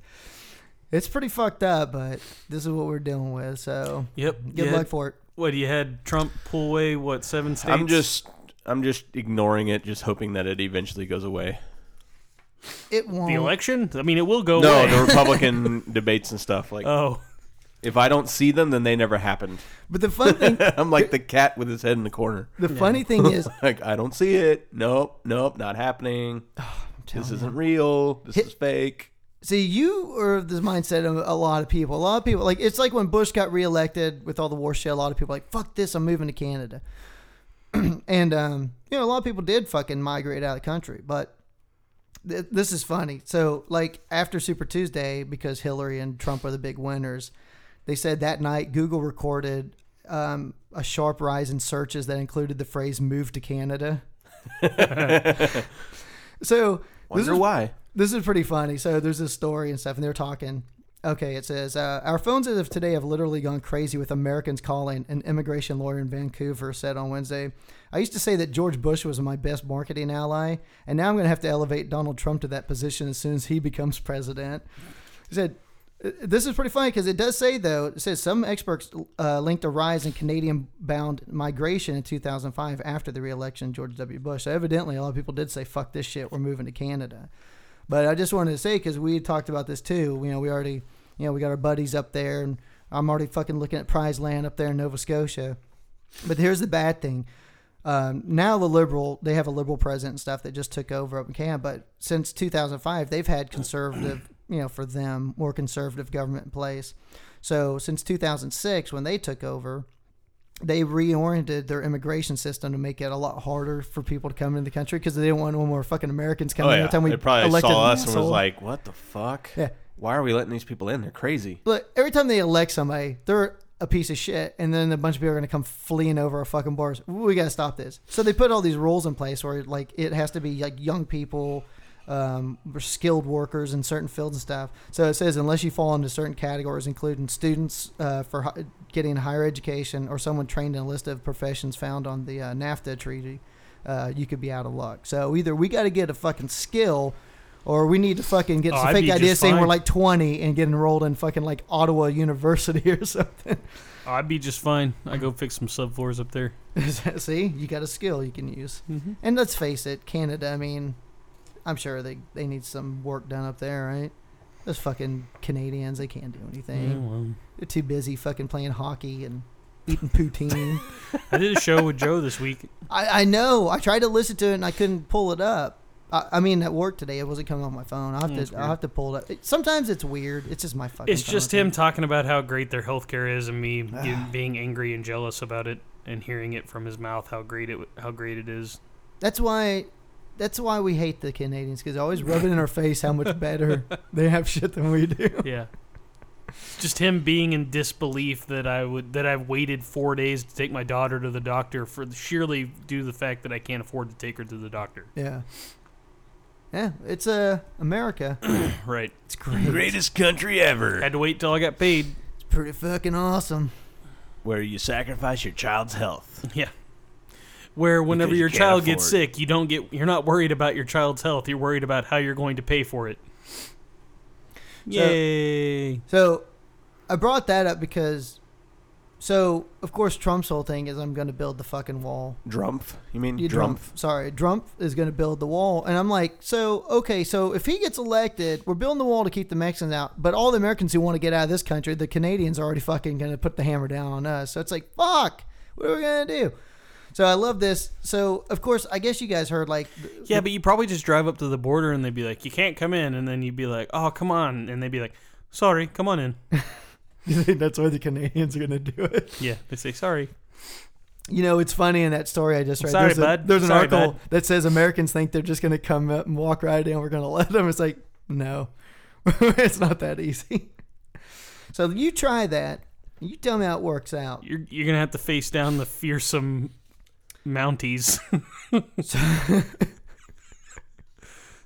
Speaker 2: it's pretty fucked up, but this is what we're dealing with. So
Speaker 3: Yep.
Speaker 2: good
Speaker 3: you
Speaker 2: luck
Speaker 3: had-
Speaker 2: for it.
Speaker 3: What, you had Trump pull away, what, seven states?
Speaker 1: I'm just I'm just ignoring it, just hoping that it eventually goes away.
Speaker 2: It won't.
Speaker 3: The election? I mean, it will go
Speaker 1: No,
Speaker 3: away.
Speaker 1: the Republican debates and stuff. Like,
Speaker 3: oh,
Speaker 1: if I don't see them, then they never happened.
Speaker 2: But the fun thing,
Speaker 1: I'm like the cat with his head in the corner.
Speaker 2: the funny thing is,
Speaker 1: Like, I don't see it. Nope, nope, not happening. this isn't real. This is fake.
Speaker 2: see, you are of the mindset of a lot of people. A lot of people, like, it's like when Bush got reelected with all the war shit, a lot of people were like, fuck this, I'm moving to Canada. and, um, you know, a lot of people did fucking migrate out of the country, but th- this is funny. So, like, after Super Tuesday, because Hillary and Trump are the big winners, they said that night Google recorded um, a sharp rise in searches that included the phrase move to Canada. so, this
Speaker 1: Wonder
Speaker 2: is
Speaker 1: why.
Speaker 2: this is pretty funny. So there's this story and stuff, and they're talking. Okay, it says uh, our phones as of today have literally gone crazy with Americans calling. An immigration lawyer in Vancouver said on Wednesday, "I used to say that George Bush was my best marketing ally, and now I'm going to have to elevate Donald Trump to that position as soon as he becomes president." He said, uh, "This is pretty funny because it does say though it says some experts uh, linked a rise in Canadian-bound migration in 2005 after the reelection of George W. Bush. So evidently, a lot of people did say, "Fuck this shit, we're moving to Canada." But I just wanted to say because we talked about this too. You know, we already, you know, we got our buddies up there, and I'm already fucking looking at prize land up there in Nova Scotia. But here's the bad thing. Um, now the liberal, they have a liberal president and stuff that just took over up in Canada. But since 2005, they've had conservative, you know, for them more conservative government in place. So since 2006, when they took over, they reoriented their immigration system to make it a lot harder for people to come into the country because they didn't want no more fucking Americans
Speaker 1: Oh
Speaker 2: coming. in
Speaker 1: yeah,
Speaker 2: every time we
Speaker 1: they probably
Speaker 2: elected
Speaker 1: saw
Speaker 2: an
Speaker 1: us and was
Speaker 2: asshole.
Speaker 1: like, "What the fuck?
Speaker 2: Yeah.
Speaker 1: Why are we letting these people in? They're crazy."
Speaker 2: look, every time they elect somebody, they're a piece of shit, and then a bunch of people are gonna come fleeing over our fucking bars. We gotta stop this. So they put all these rules in place where like it has to be like young people, um, or skilled workers in certain fields and stuff. So it says unless you fall into certain categories, including students uh, for hi- getting higher education or someone trained in a list of professions found on the uh, NAFTA treaty. Uh, you could be out of luck. So either we got to get a fucking skill, or we need to fucking get
Speaker 3: Oh,
Speaker 2: some
Speaker 3: I'd
Speaker 2: fake
Speaker 3: be
Speaker 2: ideas
Speaker 3: just
Speaker 2: saying we're
Speaker 3: fine.
Speaker 2: like 20 and get enrolled in fucking like Ottawa University or something.
Speaker 3: I'd be just fine. I go fix some subfloors up there.
Speaker 2: See, you got a skill you can use. And let's face it, Canada, I mean, I'm sure they, they need some work done up there, right? Those fucking Canadians, they can't do anything.
Speaker 3: Yeah, well.
Speaker 2: They're too busy fucking playing hockey and eating poutine.
Speaker 3: I did a show with Joe this week.
Speaker 2: I, I know. I tried to listen to it and I couldn't pull it up. I, I mean, at work today, it wasn't coming on my phone. I have to, I have to pull it up. It- sometimes it's weird. It's just my fucking.
Speaker 3: Mm, It's
Speaker 2: phone,
Speaker 3: just
Speaker 2: dude.
Speaker 3: him talking about how great their healthcare is, and me get- being angry and jealous about it, and hearing it from his mouth how great it how great it is.
Speaker 2: That's why. That's why we hate the Canadians because always rubbing in our face how much better they have shit than we do.
Speaker 3: Yeah. Just him being in disbelief that I would that I've waited four days to take my daughter to the doctor for surely due to the fact that I can't afford to take her to the doctor.
Speaker 2: Yeah. Yeah, it's uh, America.
Speaker 3: Right.
Speaker 2: It's great.
Speaker 1: Greatest country ever,
Speaker 3: Had to wait till I got paid.
Speaker 2: It's pretty fucking awesome.
Speaker 1: where you sacrifice your child's health.
Speaker 3: Yeah. Where whenever
Speaker 1: Because you
Speaker 3: your
Speaker 1: can't
Speaker 3: child gets
Speaker 1: afford.
Speaker 3: sick, you don't get you're not worried about your child's health. You're worried about how you're going to pay for it. Yay.
Speaker 2: So, I brought that up because, so of course Trump's whole thing is I'm going to build the fucking wall.
Speaker 1: Drumpf? You mean
Speaker 2: You
Speaker 1: drumpf?
Speaker 2: Trump. Sorry, Trump is going to build the wall, and I'm like, so okay, so if he gets elected, we're building the wall to keep the Mexicans out, but all the Americans who want to get out of this country, the Canadians are already fucking going to put the hammer down on us. So it's like, fuck, what are we going to do? So I love this. So of course, I guess you guys heard like, th-
Speaker 3: Yeah, but you probably just drive up to the border and they'd be like, "You can't come in," and then you'd be like, "Oh, come on," and they'd be like, "Sorry, come on in."
Speaker 2: that's why the Canadians are going to do it.
Speaker 3: Yeah, they say sorry.
Speaker 2: You know, it's funny in that story I just read.
Speaker 3: Sorry,
Speaker 2: there's, a-
Speaker 3: bud.
Speaker 2: there's an
Speaker 3: Sorry,
Speaker 2: article
Speaker 3: bud.
Speaker 2: that says Americans think they're just going to come up and walk right in. We're going to let them. It's like, no, it's not that easy. So you try that. You tell me how it works out.
Speaker 3: You're you're gonna have to face down the fearsome Mounties.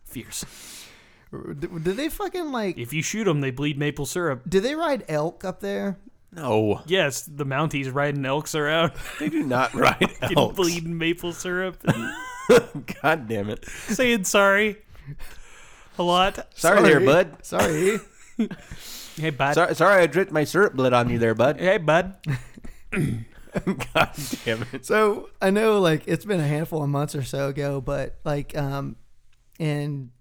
Speaker 3: Fierce.
Speaker 2: Do do they fucking like?
Speaker 3: If you shoot them, they bleed maple syrup.
Speaker 2: Do they ride elk up there?
Speaker 1: No,
Speaker 3: Yes, the Mounties riding elks around,
Speaker 1: they do not ride
Speaker 3: getting
Speaker 1: elks.
Speaker 3: bleeding maple syrup, and
Speaker 1: God damn it!
Speaker 3: saying sorry a lot.
Speaker 1: Sorry, there, bud.
Speaker 2: Sorry.
Speaker 3: Hey bud.
Speaker 1: Sorry, sorry, I dripped my syrup blood on you there, bud.
Speaker 3: Hey bud.
Speaker 1: God damn it.
Speaker 2: So I know like it's been a handful of months or so ago, but like um, in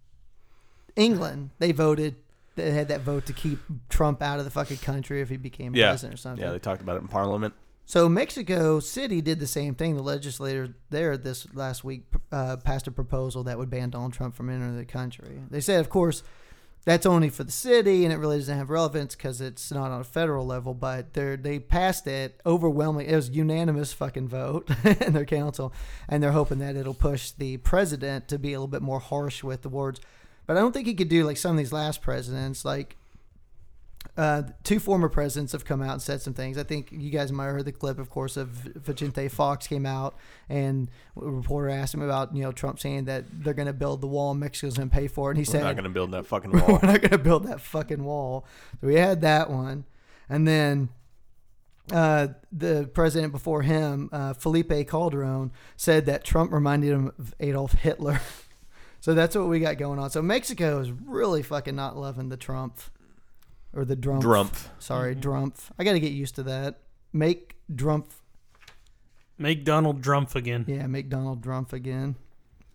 Speaker 2: England they voted they had that vote to keep Trump out of the fucking country if he became
Speaker 1: Yeah.
Speaker 2: president or something.
Speaker 1: Yeah, they talked about it in Parliament.
Speaker 2: So Mexico City did the same thing. The legislator there this last week uh, passed a proposal that would ban Donald Trump from entering the country. They said, of course, that's only for the city, and it really doesn't have relevance because it's not on a federal level. But they they passed it overwhelming. It was unanimous fucking vote in their council, and they're hoping that it'll push the president to be a little bit more harsh with the words. But I don't think he could do like some of these last presidents, like uh, two former presidents have come out and said some things. I think you guys might have heard the clip, of course, of Vicente Fox came out and a reporter asked him about you know Trump saying that they're going to build the wall and Mexico's going to pay for it, and he
Speaker 1: They're
Speaker 2: said
Speaker 1: not going to build that fucking wall.
Speaker 2: we're not going to build that fucking wall. So we had that one, and then uh, the president before him, uh, Felipe Calderon, said that Trump reminded him of Adolf Hitler. so that's what we got going on. So Mexico is really fucking not loving the Trump or the Drumpf.
Speaker 1: Drumpf.
Speaker 2: Sorry, Drumpf. I got to get used to that. Make Drumpf.
Speaker 3: Make Donald Trump again.
Speaker 2: Yeah, make Donald Drumpf again.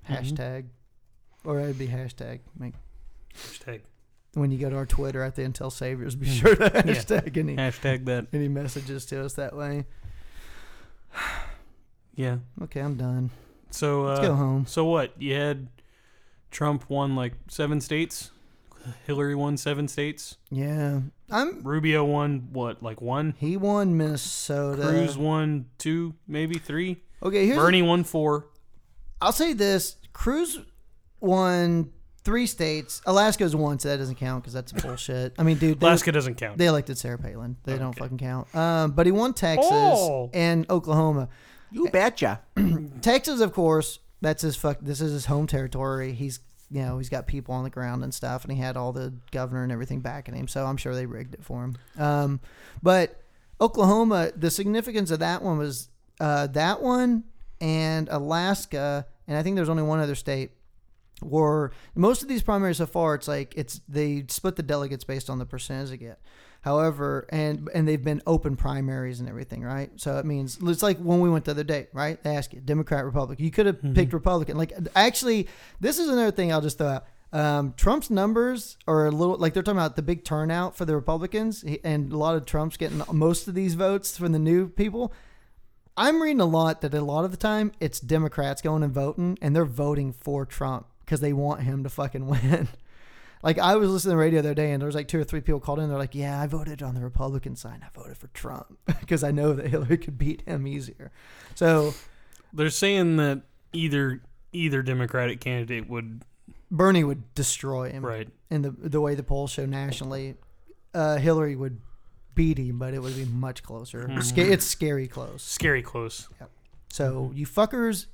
Speaker 2: Hashtag. Or it'd be hashtag. Make
Speaker 3: Hashtag.
Speaker 2: when you go to our Twitter at the Intel Saviors, be sure to hashtag any
Speaker 3: Hashtag that.
Speaker 2: any messages to us that way.
Speaker 3: Yeah.
Speaker 2: Okay, I'm done.
Speaker 3: So uh,
Speaker 2: Let's go home.
Speaker 3: So what? You had Trump won like seven states. Hillary won seven states.
Speaker 2: Yeah, I'm.
Speaker 3: Rubio won what? Like one.
Speaker 2: He won Minnesota.
Speaker 3: Cruz won two, maybe three.
Speaker 2: okay, here's.
Speaker 3: Bernie won four.
Speaker 2: I'll say this: Cruz won three states. Alaska's one, so that doesn't count because that's bullshit. I mean, dude, they,
Speaker 3: Alaska doesn't count.
Speaker 2: they elected Sarah Palin. They don't fucking count. Um, but he won Texas
Speaker 3: Oh.
Speaker 2: and Oklahoma.
Speaker 1: You betcha.
Speaker 2: Texas, of course, that's his fuck. This is his home territory. He's you know he's got people on the ground and stuff, and he had all the governor and everything backing him. So I'm sure they rigged it for him. Um, but Oklahoma, the significance of that one was uh, that one and Alaska, and I think there's only one other state were most of these primaries so far it's like it's they split the delegates based on the percentage they get however and and they've been open primaries and everything right so it means it's like when we went the other day right they ask you democrat republican you could have picked republican like actually this is another thing i'll just throw out um, Trump's numbers are a little like they're talking about the big turnout for the Republicans he- and a lot of Trump's getting most of these votes from the new people. I'm reading a lot that a lot of the time it's Democrats going and voting and they're voting for Trump because they want him to fucking win. Like I was listening to the radio the other day and there was like two or three people called in. They're like, "Yeah, I voted on the Republican side. I voted for Trump because I know that Hillary could beat him easier." So
Speaker 3: They're saying that either either Democratic candidate would
Speaker 2: Bernie would destroy him,
Speaker 3: right.
Speaker 2: And the the way the polls show nationally, uh, Hillary would beat him, but it would be much closer. Sca- It's scary close.
Speaker 3: Scary close.
Speaker 2: So you fuckers,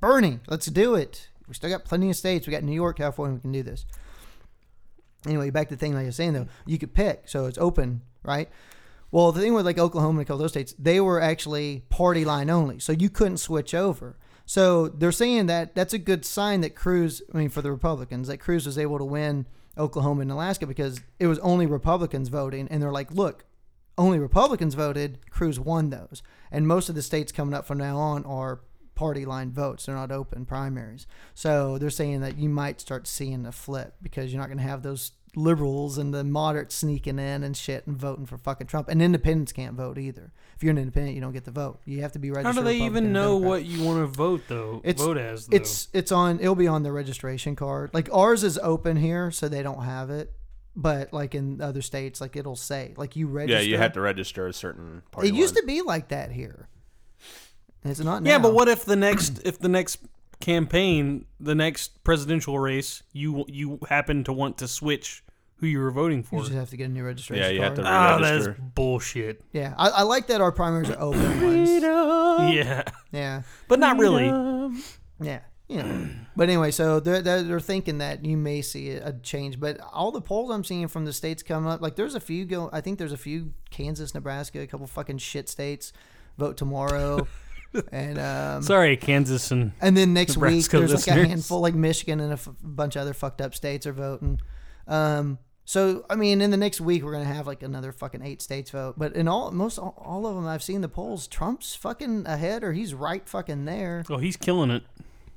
Speaker 2: Bernie, let's do it. We still got plenty of states. We got New York, California. We can do this. Anyway, back to the thing like I was saying though, you could pick, so it's open, right? Well, the thing with like Oklahoma and a couple of those states, they were actually party line only, so you couldn't switch over. So they're saying that that's a good sign that Cruz, I mean, for the Republicans, that Cruz was able to win Oklahoma and Alaska because it was only Republicans voting, and they're like, look, only Republicans voted. Cruz won those, and most of the states coming up from now on are party line votes. They're not open primaries, so they're saying that you might start seeing a flip because you're not going to have those liberals and the moderates sneaking in and shit and voting for fucking Trump. And independents can't vote either. If you're an independent, you don't get the vote. You have to be
Speaker 3: How
Speaker 2: registered.
Speaker 3: do they
Speaker 2: Republican
Speaker 3: even
Speaker 2: and
Speaker 3: know
Speaker 2: Democrat.
Speaker 3: what you want to vote though?
Speaker 2: It's-
Speaker 3: vote as though.
Speaker 2: It's it's on. It'll be on the registration card. Like ours is open here, so they don't have it. But like in other states, like it'll say like you register.
Speaker 1: Yeah, you have to register a certain party.
Speaker 2: It used to be like that here. It's not now.
Speaker 3: yeah, but what if the next if the next campaign, the next presidential race, you you happen to want to switch who you were voting
Speaker 2: You
Speaker 3: for?
Speaker 2: just have to get a new registration.
Speaker 1: Yeah, you have
Speaker 2: card.
Speaker 1: to
Speaker 3: Ah, that's
Speaker 1: register.
Speaker 3: bullshit.
Speaker 2: Yeah, I, I like that our primaries are open ones.
Speaker 3: Yeah,
Speaker 2: Yeah,
Speaker 3: but not really.
Speaker 2: yeah, yeah. But anyway, so they're, they're they're thinking that you may see a change. But all the polls I'm seeing from the states coming up, like there's a few go. I think there's a few Kansas, Nebraska, a couple fucking shit states. Vote tomorrow, and um,
Speaker 3: Sorry, Kansas and
Speaker 2: And then next week,
Speaker 3: Nebraska
Speaker 2: there's like a
Speaker 3: listeners.
Speaker 2: handful like Michigan and a f- bunch of other fucked up states are voting. Um, So I mean, in the next week we're gonna have like another fucking eight states vote. But in all most all, all of them I've seen the polls, Trump's fucking ahead or he's right fucking there.
Speaker 3: Oh, he's killing it.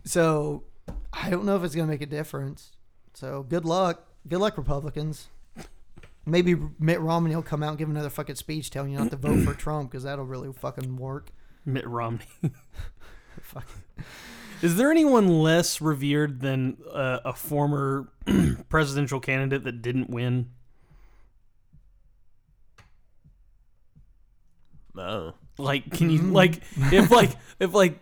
Speaker 2: So I don't know if it's gonna make a difference. So good luck, good luck Republicans. Maybe Mitt Romney will come out and give another fucking speech telling you not to vote for Trump because that'll really fucking work.
Speaker 3: Mitt Romney. Is there anyone less revered than uh, a former presidential candidate that didn't win?
Speaker 1: Oh.
Speaker 3: Like, can you like if like if like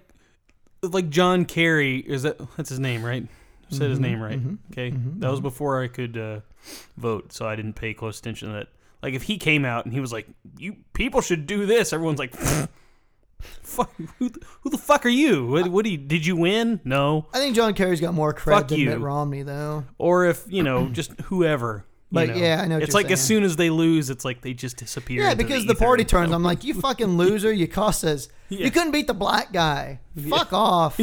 Speaker 3: if, like John Kerry is that that's his name right? I Said his name right. Okay, that was before I could uh, vote, so I didn't pay close attention to that. Like, if he came out and he was like, "You people should do this," everyone's like, "Fuck, who, the- who the fuck are you? What, what do you, did you win? No,
Speaker 2: I think John Kerry's got more credit
Speaker 3: Fuck
Speaker 2: than
Speaker 3: you.
Speaker 2: Mitt Romney though.
Speaker 3: or if you know just whoever. you
Speaker 2: But,
Speaker 3: know.
Speaker 2: yeah, I know what
Speaker 3: it's
Speaker 2: you're
Speaker 3: like as
Speaker 2: saying.
Speaker 3: soon as they lose, it's like they just disappear.
Speaker 2: Yeah,
Speaker 3: into
Speaker 2: because
Speaker 3: the,
Speaker 2: the,
Speaker 3: ether.
Speaker 2: party turns. I'm like, you fucking loser. You cost us.
Speaker 3: Yeah.
Speaker 2: You couldn't beat the black guy. Fuck off.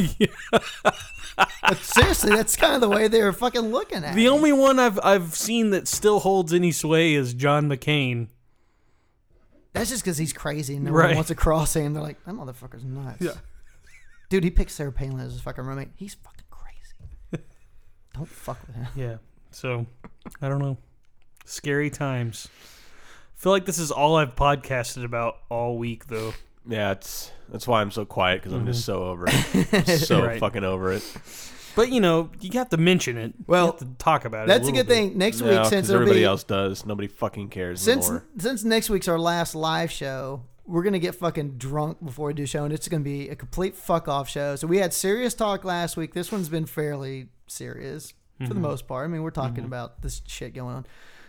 Speaker 2: but seriously, that's kind of the way they were fucking looking at.
Speaker 3: The
Speaker 2: it.
Speaker 3: only one I've I've seen that still holds any sway is John McCain.
Speaker 2: that's just because he's crazy and no
Speaker 3: Right.
Speaker 2: one wants to cross him. They're like, that motherfucker's nuts. Yeah. Dude, he picked Sarah Palin as his fucking roommate. He's fucking crazy. Don't fuck with him.
Speaker 3: Yeah. So, I don't know. Scary times. I feel like this is all I've podcasted about all week, though.
Speaker 1: Yeah, it's that's why I'm so quiet because I'm just so over it. so
Speaker 3: Mm-hmm. Right.
Speaker 1: fucking over it.
Speaker 3: But you know, you have to mention it.
Speaker 2: Well,
Speaker 3: you have to talk about it.
Speaker 2: That's a
Speaker 3: little
Speaker 2: good
Speaker 3: bit.
Speaker 2: thing. Next
Speaker 1: No,
Speaker 2: week, since
Speaker 1: 'cause
Speaker 2: it'll
Speaker 1: everybody
Speaker 2: be
Speaker 1: else does. Nobody fucking cares
Speaker 2: since
Speaker 1: anymore.
Speaker 2: since next week's our last live show, we're gonna get fucking drunk before we do show, and it's gonna be a complete fuck off show. So we had serious talk last week. This one's been fairly serious for
Speaker 3: Mm-hmm.
Speaker 2: the most part. I mean, we're talking about this shit going on.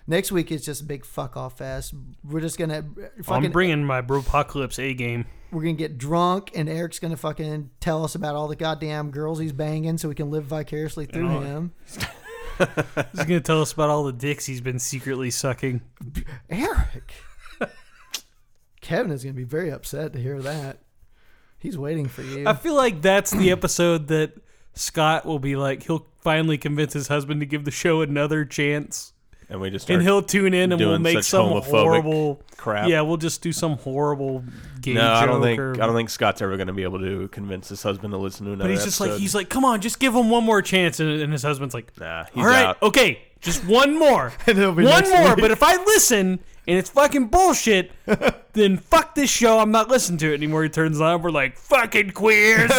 Speaker 2: Next week is just a big fuck off fest. We're just gonna fucking
Speaker 3: I'm bringing my bropocalypse A game.
Speaker 2: we're gonna get drunk, and Eric's gonna fucking tell us about all the goddamn girls he's banging, so we can live vicariously through
Speaker 3: all-
Speaker 2: him.
Speaker 3: He's gonna tell us about all the dicks he's been secretly sucking.
Speaker 2: Eric. Kevin is going to be very upset to hear that. He's waiting for you.
Speaker 3: I feel like that's the episode that Scott will be like, he'll finally convince his husband to give the show another chance.
Speaker 1: and we just
Speaker 3: And
Speaker 1: start
Speaker 3: he'll tune in and we'll
Speaker 1: doing
Speaker 3: make
Speaker 1: such
Speaker 3: some
Speaker 1: homophobic
Speaker 3: horrible
Speaker 1: crap.
Speaker 3: Yeah, we'll just do some horrible game
Speaker 1: no,
Speaker 3: joke.
Speaker 1: I don't think
Speaker 3: or-
Speaker 1: I don't think Scott's ever going to be able to convince his husband to listen to another.
Speaker 3: but he's just like,
Speaker 1: episode.
Speaker 3: he's like, come on, just give him one more chance. And, and his husband's like,
Speaker 1: Nah, he's
Speaker 3: all right,
Speaker 1: out.
Speaker 3: okay, just one more.
Speaker 2: it'll be
Speaker 3: one
Speaker 2: next
Speaker 3: more.
Speaker 2: week.
Speaker 3: But if I listen and it's fucking bullshit, then fuck this show. I'm not listening to it anymore. He turns on. We're like, fucking queers.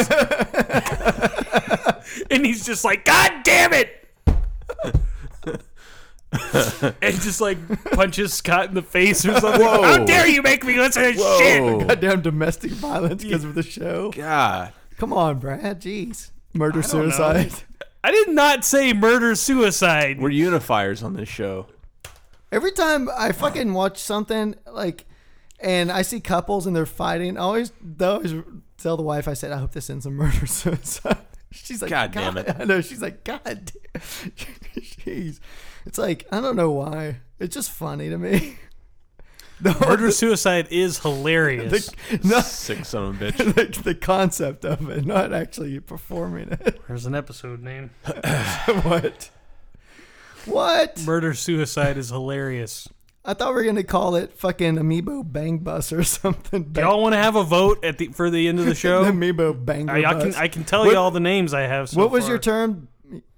Speaker 3: and he's just like, God damn it. and just like punches Scott in the face or something.
Speaker 1: Whoa.
Speaker 3: How dare you make me listen to
Speaker 1: Whoa.
Speaker 3: shit?
Speaker 2: goddamn domestic violence because of the show.
Speaker 1: Oh, God,
Speaker 2: Come on, Brad. Jeez. Murder suicide.
Speaker 3: I did not say murder suicide.
Speaker 1: we're unifiers on this show.
Speaker 2: Every time I fucking watch something like, and I see couples and they're fighting, I always, I always tell the wife, I said, I hope this ends in murder suicide. She's like,
Speaker 1: God damn it.
Speaker 2: I know. She's like, God damn. Jeez. It's like, I don't know why. It's just funny to me. The
Speaker 3: Murder suicide is hilarious.
Speaker 2: no,
Speaker 1: Sick son of a bitch.
Speaker 2: like the concept of it, not actually performing it.
Speaker 3: There's an episode name.
Speaker 2: what? What?
Speaker 3: Murder suicide is hilarious.
Speaker 2: I thought we were gonna call it fucking Amiibo Bang Bus or something.
Speaker 3: Do y'all want to have a vote at the for the end of the show?
Speaker 2: Bang- Amiibo Bang
Speaker 3: I, I can
Speaker 2: Bus.
Speaker 3: I can tell
Speaker 2: What-
Speaker 3: you all the names I have. So
Speaker 2: what was
Speaker 3: far.
Speaker 2: your term?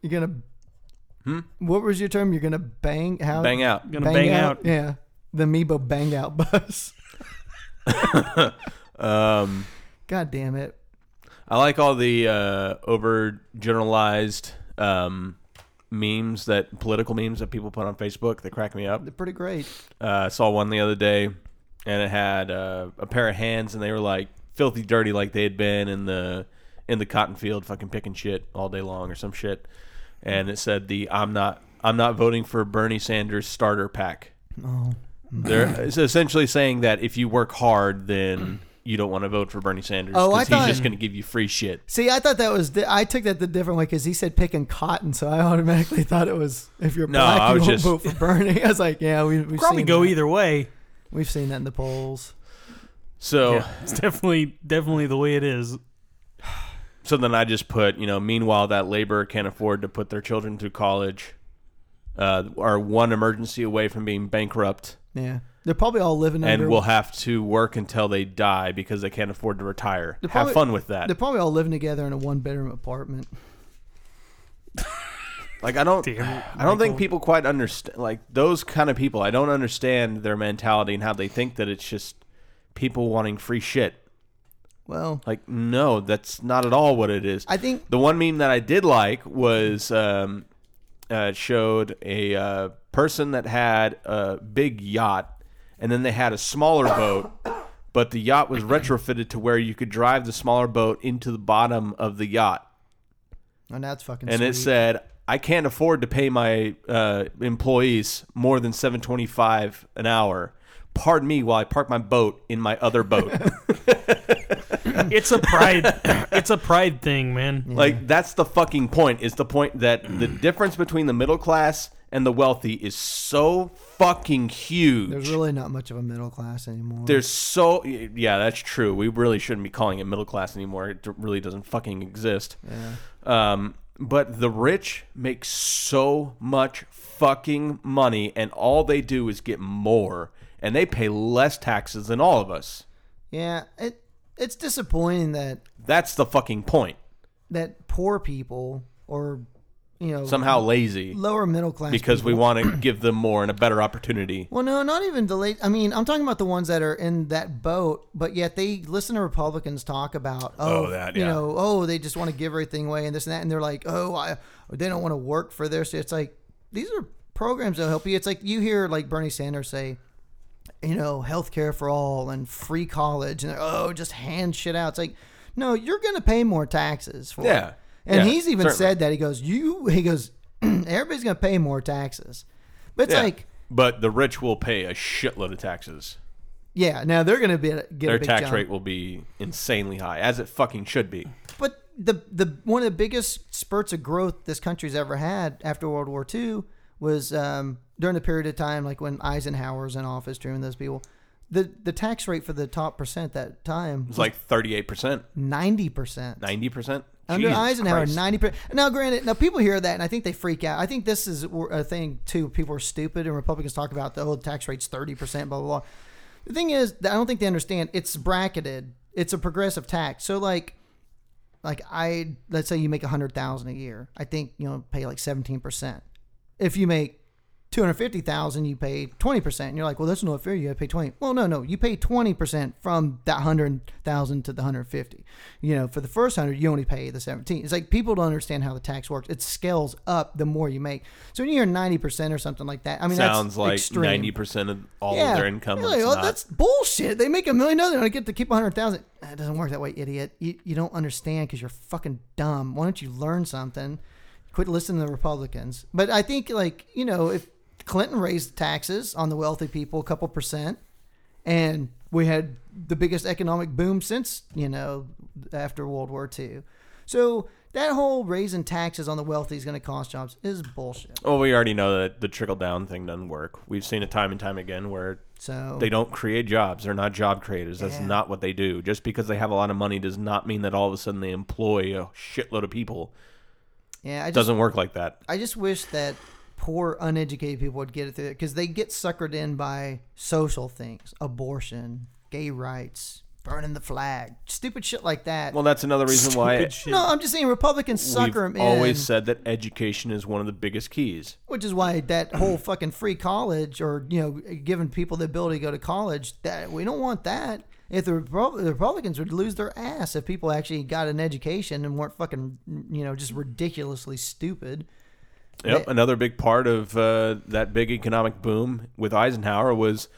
Speaker 2: You're gonna. What was your term? You're gonna bang out.
Speaker 1: Hmm? Bang out.
Speaker 3: Gonna bang, out.
Speaker 2: Yeah, the Amiibo Bang Out Bus.
Speaker 1: Um,
Speaker 2: God damn it.
Speaker 1: I like all the uh, over generalized um, memes that political memes that people put on Facebook that crack me up.
Speaker 2: They're pretty great.
Speaker 1: Uh, I saw one the other day, and it had uh, a pair of hands, and they were like filthy dirty, like they had been in the in the cotton field, fucking picking shit all day long or some shit. And it said the I'm not I'm not voting for Bernie Sanders starter pack.
Speaker 2: Oh,
Speaker 1: They're it's essentially saying that if you work hard, then you don't want to vote for Bernie Sanders
Speaker 2: Oh, I
Speaker 1: 'cause
Speaker 2: thought-
Speaker 1: he's just going to give you free shit.
Speaker 2: See, I thought that was. Di- I took that the different way because he said picking cotton, so I automatically thought it was if you're
Speaker 1: No,
Speaker 2: black,
Speaker 1: I
Speaker 2: you
Speaker 1: was
Speaker 2: won't
Speaker 1: just-
Speaker 2: vote for Bernie. I was like, yeah, we, we've
Speaker 3: Probably
Speaker 2: seen
Speaker 3: go
Speaker 2: that.
Speaker 3: either way.
Speaker 2: We've seen that in the polls.
Speaker 1: So
Speaker 3: Yeah, it's definitely definitely the way it is.
Speaker 1: so then I just put you know meanwhile that labor can't afford to put their children through college. uh, are one emergency away from being bankrupt,
Speaker 2: Yeah. They're probably all living
Speaker 1: and
Speaker 2: under
Speaker 1: will have to work until they die because they can't afford to retire.
Speaker 2: They're
Speaker 1: have
Speaker 2: probably-
Speaker 1: fun with that.
Speaker 2: They're probably all living together in a one bedroom apartment.
Speaker 1: Like I don't,
Speaker 3: Damn it,
Speaker 1: I don't think people quite understand. Like those kind of people, I don't understand their mentality and how they think that it's just people wanting free shit.
Speaker 2: Well,
Speaker 1: Like, no, that's not at all what it is.
Speaker 2: I think-
Speaker 1: the one meme that I did like was um, uh, showed a uh, person that had a big yacht, and then they had a smaller boat, but the yacht was retrofitted to where you could drive the smaller boat into the bottom of the yacht,
Speaker 2: and oh, that's fucking
Speaker 1: and it
Speaker 2: sweet.
Speaker 1: said. I can't afford to pay my uh, employees more than seven twenty-five an hour. Pardon me while I park my boat in my other boat.
Speaker 3: It's a pride. it's a pride thing, man.
Speaker 1: Like that's the fucking point. Is the point that the difference between the middle class and the wealthy is so fucking huge.
Speaker 2: There's really not much of a middle class anymore.
Speaker 1: There's so yeah, that's true. We really shouldn't be calling it middle class anymore. It d- really doesn't fucking exist. Um, but the rich make so much fucking money, and all they do is get more, and they pay less taxes than all of us.
Speaker 2: yeah, it it's disappointing that
Speaker 1: That's the fucking point.
Speaker 2: that poor people or you know
Speaker 1: Somehow lazy
Speaker 2: lower middle class
Speaker 1: because we
Speaker 2: people-
Speaker 1: want to give them more and a better opportunity.
Speaker 2: Well, no, not even delayed. I mean, I'm talking about the ones that are in that boat, but yet they listen to Republicans talk about, oh,
Speaker 1: Oh, that,
Speaker 2: you
Speaker 1: yeah.
Speaker 2: know, oh, they just want to give everything away and this and that, and they're like, oh, I, they don't want to work for this. It's like these are programs that'll help you. It's like you hear like Bernie Sanders say, you know, health care for all and free college, and they're, oh, just hand shit out. It's like, no, you're going to pay more taxes for
Speaker 1: Yeah.
Speaker 2: it. And
Speaker 1: Yeah,
Speaker 2: he's even
Speaker 1: certainly.
Speaker 2: said that he goes, you, he goes, everybody's going to pay more taxes. But it's
Speaker 1: Yeah.
Speaker 2: like,
Speaker 1: but the rich will pay a shitload of taxes.
Speaker 2: Yeah, now they're going to be get a
Speaker 1: Their
Speaker 2: big
Speaker 1: tax
Speaker 2: jump.
Speaker 1: rate will be insanely high, as it fucking should be.
Speaker 2: But the the one of the biggest spurts of growth this country's ever had after World War II was um, during the period of time like when Eisenhower's in office during those people. The the tax rate for the top percent that time
Speaker 1: It's
Speaker 2: was
Speaker 1: like thirty-eight percent,
Speaker 2: ninety percent.
Speaker 1: ninety percent.
Speaker 2: Under Eisenhower, ninety percent. Now, granted, now people hear that and I think they freak out. I think this is a thing too. People are stupid, and Republicans talk about the old tax rate's thirty percent, blah blah blah. The thing is, that I don't think they understand. It's bracketed. It's a progressive tax. So like, like I let's say you make a hundred thousand a year, I think you know pay like seventeen percent. If you make two hundred fifty thousand, you pay twenty percent. And you're like, well, that's not fair. You got to pay twenty. Well, no, no, you pay twenty percent from that hundred thousand to the hundred fifty. You know, for the first hundred, you only pay the seventeen. It's like people don't understand how the tax works. It scales up the more you make. So when you're ninety percent or something like that, I mean,
Speaker 1: Sounds
Speaker 2: that's
Speaker 1: like
Speaker 2: extreme.
Speaker 1: ninety percent of all of their income.
Speaker 2: You're
Speaker 1: It's
Speaker 2: like, "Oh,
Speaker 1: not-
Speaker 2: that's bullshit. They make a million dollars and I get to keep a hundred thousand. That doesn't work that way, idiot. You, you don't understand because you're fucking dumb. Why don't you learn something? Quit listening to the Republicans. But I think like you know if Clinton raised taxes on the wealthy people a couple percent, and we had the biggest economic boom since you know after World War II. So that whole raising taxes on the wealthy is going to cost jobs is bullshit.
Speaker 1: well, we already know that the trickle down thing doesn't work. We've seen it time and time again where
Speaker 2: So
Speaker 1: they don't create jobs. They're not job creators. That's
Speaker 2: Yeah.
Speaker 1: not what they do. Just because they have a lot of money does not mean that all of a sudden they employ a shitload of people.
Speaker 2: yeah, I
Speaker 1: It
Speaker 2: just,
Speaker 1: doesn't work like that.
Speaker 2: I just wish that poor uneducated people would get it through it because they get suckered in by social things, abortion, gay rights, burning the flag, stupid shit like that.
Speaker 1: Well, that's another reason why
Speaker 3: Stupid shit.
Speaker 2: no, I'm just saying Republicans sucker
Speaker 1: we've
Speaker 2: them in,
Speaker 1: always said that education is one of the biggest keys.
Speaker 2: which is why that whole fucking free college or you know giving people the ability to go to college that we don't want that. If the, Repub- the Republicans would lose their ass if people actually got an education and weren't fucking you know just ridiculously stupid.
Speaker 1: Yep. Another big part of uh, that big economic boom with Eisenhower was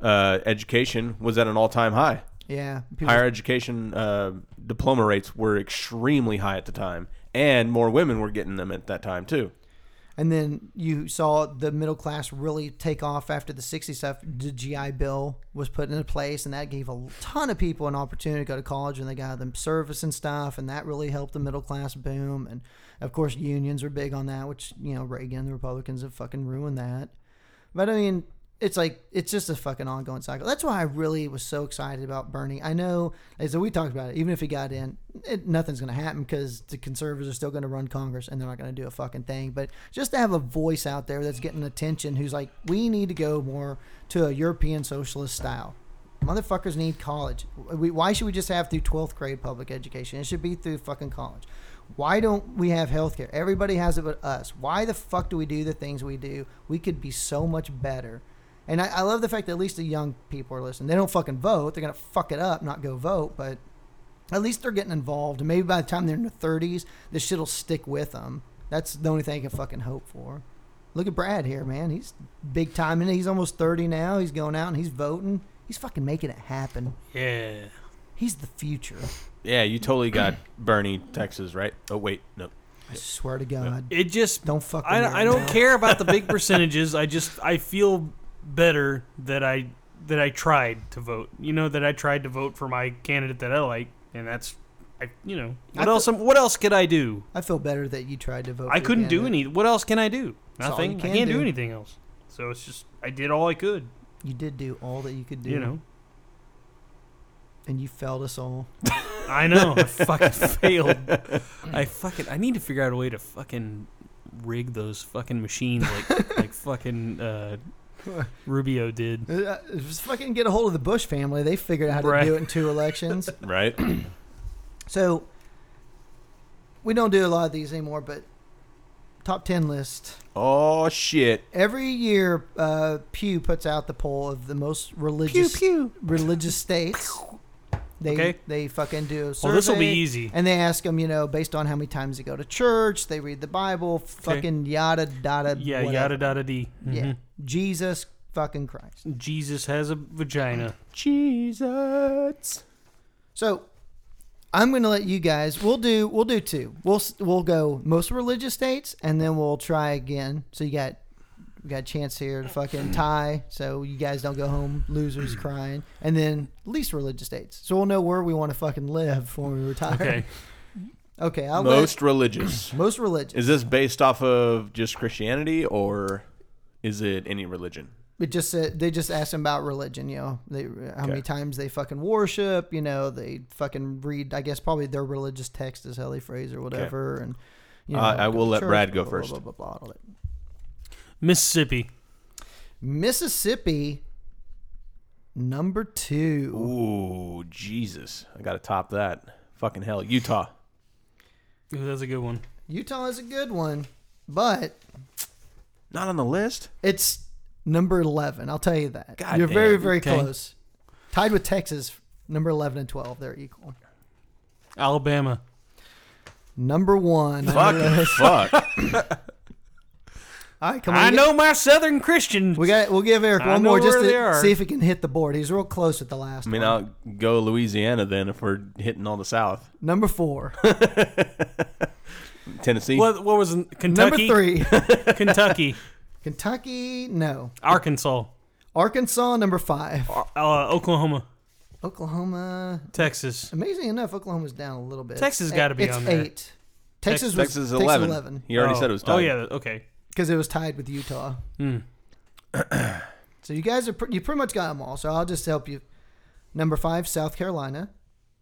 Speaker 1: uh, education was at an all time high.
Speaker 2: Yeah, people
Speaker 1: Higher education uh, diploma rates were extremely high at the time, and more women were getting them at that time too.
Speaker 2: And then you saw the middle class really take off after the 60s stuff. The GI Bill was put into place, and that gave a ton of people an opportunity to go to college, and they got them service and stuff, and that really helped the middle class boom. And of course, unions were big on that, which, you know, Reagan, the Republicans have fucking ruined that. But I mean, it's like it's just a fucking ongoing cycle. That's why I really was so excited about Bernie. I know, as we talked about it, even if he got in, it, nothing's going to happen because the conservatives are still going to run Congress and they're not going to do a fucking thing. But just to have a voice out there that's getting attention, who's like, we need to go more to a European socialist style. Motherfuckers need college. We, why should we just have through 12th grade public education? It should be through fucking college. Why don't we have health care? Everybody has it but us. Why the fuck do we do the things we do? We could be so much better. And I, I love the fact that at least the young people are listening. They don't fucking vote. They're going to fuck it up, not go vote, but at least they're getting involved. And maybe by the time they're in their 30s, this shit'll stick with them. That's the only thing I can fucking hope for. Look at Brad here, man. He's big time in it. He's almost 30 now. He's going out and he's voting. He's fucking making it happen.
Speaker 3: Yeah.
Speaker 2: He's the future.
Speaker 1: Yeah, you totally got Bernie, Texas, right? Oh wait, no.
Speaker 2: I swear to God.
Speaker 3: It just
Speaker 2: Don't fuck with
Speaker 3: I,
Speaker 2: me
Speaker 3: I don't
Speaker 2: right now.
Speaker 3: care about the big percentages. I just I feel better that I that I tried to vote. You know that I tried to vote for my candidate that I like, and that's I you know what
Speaker 2: feel-
Speaker 3: else am- what else could I do?
Speaker 2: I feel better that you tried to vote.
Speaker 3: I
Speaker 2: for the
Speaker 3: couldn't do
Speaker 2: candidate.
Speaker 3: any. What else can I do?
Speaker 2: all
Speaker 3: Nothing.
Speaker 2: you
Speaker 3: I
Speaker 2: can
Speaker 3: can't do.
Speaker 2: do.
Speaker 3: anything else. So it's just I did all I could.
Speaker 2: You did do all that you could do.
Speaker 3: You know.
Speaker 2: And you failed us all.
Speaker 3: I know. I fucking failed. I fucking. I need to figure out a way to fucking rig those fucking machines like like fucking uh, Rubio did.
Speaker 2: Uh, Just fucking get a hold of the Bush family. They figured out how to
Speaker 3: Right.
Speaker 2: do it in two elections.
Speaker 1: Right?
Speaker 2: so we don't do a lot of these anymore, but top 10 list.
Speaker 1: oh shit.
Speaker 2: Every year, uh, Pew puts out the poll of the most religious religious states. They,
Speaker 3: Okay.
Speaker 2: they fucking do. A
Speaker 3: Well, this'll be
Speaker 2: survey,
Speaker 3: easy.
Speaker 2: And they ask them, you know, based on how many times they go to church, they read the Bible, fucking yada yada.
Speaker 3: Yeah,
Speaker 2: whatever.
Speaker 3: yada dada d. Mhm.
Speaker 2: Yeah, Jesus fucking Christ.
Speaker 3: Jesus has a vagina.
Speaker 1: Jesus.
Speaker 2: So I'm going to let you guys. We'll do. We'll do two. We'll s- we'll go most religious states, and then we'll try again. So you got we got a chance here to fucking tie. So you guys don't go home losers crying, and then least religious states. So we'll know where we want to fucking live when we retire.
Speaker 3: Okay.
Speaker 2: Okay. I'll most
Speaker 1: Most religious.
Speaker 2: most religious.
Speaker 1: Is this based off of just Christianity or is it any religion?
Speaker 2: It just said they just asked him about religion. You know, they how many
Speaker 1: Okay.
Speaker 2: times they fucking worship. You know, they fucking read. I guess probably their religious text is how they phrase or whatever. And you know,
Speaker 1: Uh, I will
Speaker 2: go to
Speaker 1: let
Speaker 2: church,
Speaker 1: Brad go
Speaker 2: blah, blah,
Speaker 1: first.
Speaker 2: blah, blah, blah, all that.
Speaker 3: Mississippi.
Speaker 2: Mississippi, number two.
Speaker 1: Ooh, Jesus. I gotta top that. Fucking hell. Utah.
Speaker 3: Ooh, that's a good one.
Speaker 2: Utah is a good one, but
Speaker 1: Not on the list?
Speaker 2: it's number eleven. I'll tell you that.
Speaker 1: God
Speaker 2: You're
Speaker 1: damn.
Speaker 2: very, very
Speaker 3: Okay.
Speaker 2: close. Tied with Texas, number eleven and twelve. They're equal.
Speaker 3: Alabama.
Speaker 2: Number one.
Speaker 1: Fuck. Fuck.
Speaker 2: All right, come on.
Speaker 3: I
Speaker 2: you get-
Speaker 3: know my Southern Christians.
Speaker 2: We got. We'll give Eric
Speaker 3: I
Speaker 2: one
Speaker 3: know
Speaker 2: more just
Speaker 3: where they
Speaker 2: to
Speaker 3: are. uh,
Speaker 2: see if he can hit the board. He's real close at the last.
Speaker 1: I mean,
Speaker 2: one.
Speaker 1: I'll go Louisiana then if we're hitting all the South.
Speaker 2: number four,
Speaker 1: Tennessee.
Speaker 3: what, what was it?
Speaker 2: number
Speaker 3: Kentucky?
Speaker 2: three,
Speaker 3: Kentucky.
Speaker 2: Kentucky. No,
Speaker 3: Arkansas.
Speaker 2: Arkansas. Number five,
Speaker 3: Uh, Oklahoma.
Speaker 2: Oklahoma.
Speaker 3: Texas.
Speaker 2: Amazing enough, Oklahoma's down a little bit.
Speaker 3: Texas
Speaker 2: It's
Speaker 3: has gotta be
Speaker 2: it's
Speaker 3: on there.
Speaker 2: eight. Texas, was,
Speaker 1: Texas is 11. He already
Speaker 3: oh.
Speaker 1: said it was
Speaker 3: Oh,
Speaker 1: tied.
Speaker 3: yeah. Okay.
Speaker 2: because it was tied with Utah.
Speaker 3: Hmm.
Speaker 2: so you guys are pr- you pretty much got them all. So I'll just help you. Number five, South Carolina.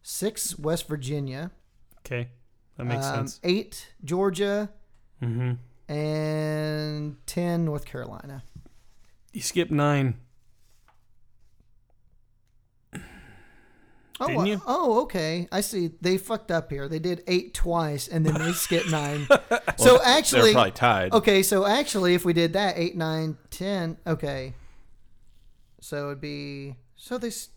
Speaker 2: Six, West Virginia.
Speaker 3: Okay. That makes
Speaker 2: um,
Speaker 3: sense.
Speaker 2: Eight, Georgia,
Speaker 3: Mm-hmm.
Speaker 2: and ten, North Carolina.
Speaker 3: You skipped nine.
Speaker 2: Oh,
Speaker 3: Didn't you?
Speaker 2: oh, okay. I see. They fucked up here. They did eight twice, and then they skipped nine. so actually,
Speaker 1: They're probably tied.
Speaker 2: okay. So actually, if we did that, eight, nine, ten. Okay. So it'd be so they. s-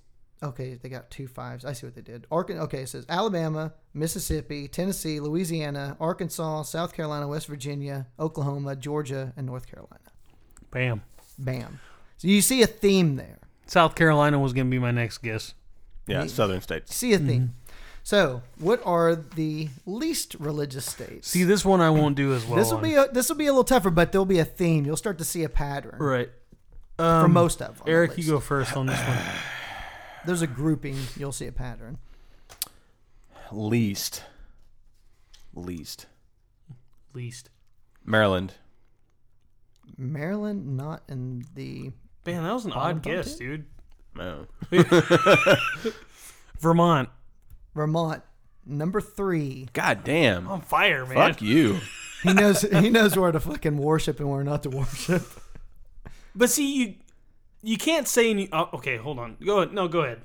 Speaker 2: Okay, they got two fives. I see what they did. Arkan. Okay, it says Alabama, Mississippi, Tennessee, Louisiana, Arkansas, South Carolina, West Virginia, Oklahoma, Georgia, and North Carolina.
Speaker 3: Bam.
Speaker 2: Bam. So you see a theme there.
Speaker 3: South Carolina was going to be my next guess.
Speaker 1: Yeah, southern states.
Speaker 2: See a theme.
Speaker 3: Mm-hmm.
Speaker 2: So, what are the least religious states?
Speaker 3: See, this one I won't do as well.
Speaker 2: This will be a, this will be a little tougher, but there'll be a theme. You'll start to see a pattern
Speaker 3: Right.
Speaker 2: for most of them. at
Speaker 3: Um, Eric, you
Speaker 2: least.
Speaker 3: go first on this one.
Speaker 2: There's a grouping. You'll see a pattern.
Speaker 1: Least. Least.
Speaker 3: Least.
Speaker 1: Maryland.
Speaker 2: Maryland not in the
Speaker 3: Man, that was an odd guess, dude.
Speaker 1: Oh.
Speaker 3: Vermont.
Speaker 2: Vermont, number three.
Speaker 1: God damn.
Speaker 3: On fire, man.
Speaker 1: Fuck you.
Speaker 2: He knows he knows where to fucking worship and where not to worship.
Speaker 3: But see, you you can't say any. Oh, okay, hold on. Go ahead. No, go ahead.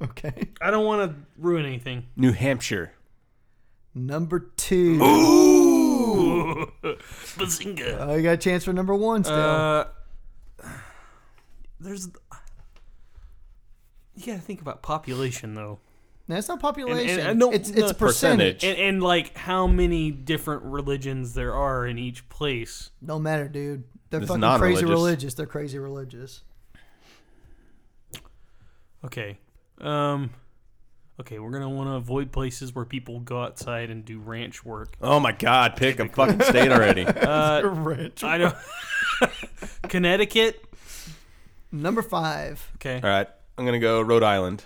Speaker 2: Okay.
Speaker 3: I don't want to ruin anything.
Speaker 1: New Hampshire.
Speaker 2: Number two.
Speaker 3: Bazinga.
Speaker 2: Oh, you got a chance for number one still.
Speaker 3: Uh, there's. You gotta think about population though,
Speaker 2: no, it's not population.
Speaker 3: and- and no,
Speaker 2: it's
Speaker 3: no.
Speaker 2: it's percentage.
Speaker 1: Percentage.
Speaker 3: and and like how many different religions there are in each place.
Speaker 2: No matter, dude. They're
Speaker 1: It's
Speaker 2: fucking
Speaker 1: not
Speaker 2: crazy
Speaker 1: religious.
Speaker 2: religious. They're crazy religious.
Speaker 3: Okay. Um. Okay, we're gonna want to avoid places where people go outside and do ranch work.
Speaker 1: Oh my God. Pick a fucking state already.
Speaker 3: I don't. Connecticut.
Speaker 2: Number five,
Speaker 3: Okay.
Speaker 1: All right. I'm going to go Rhode Island.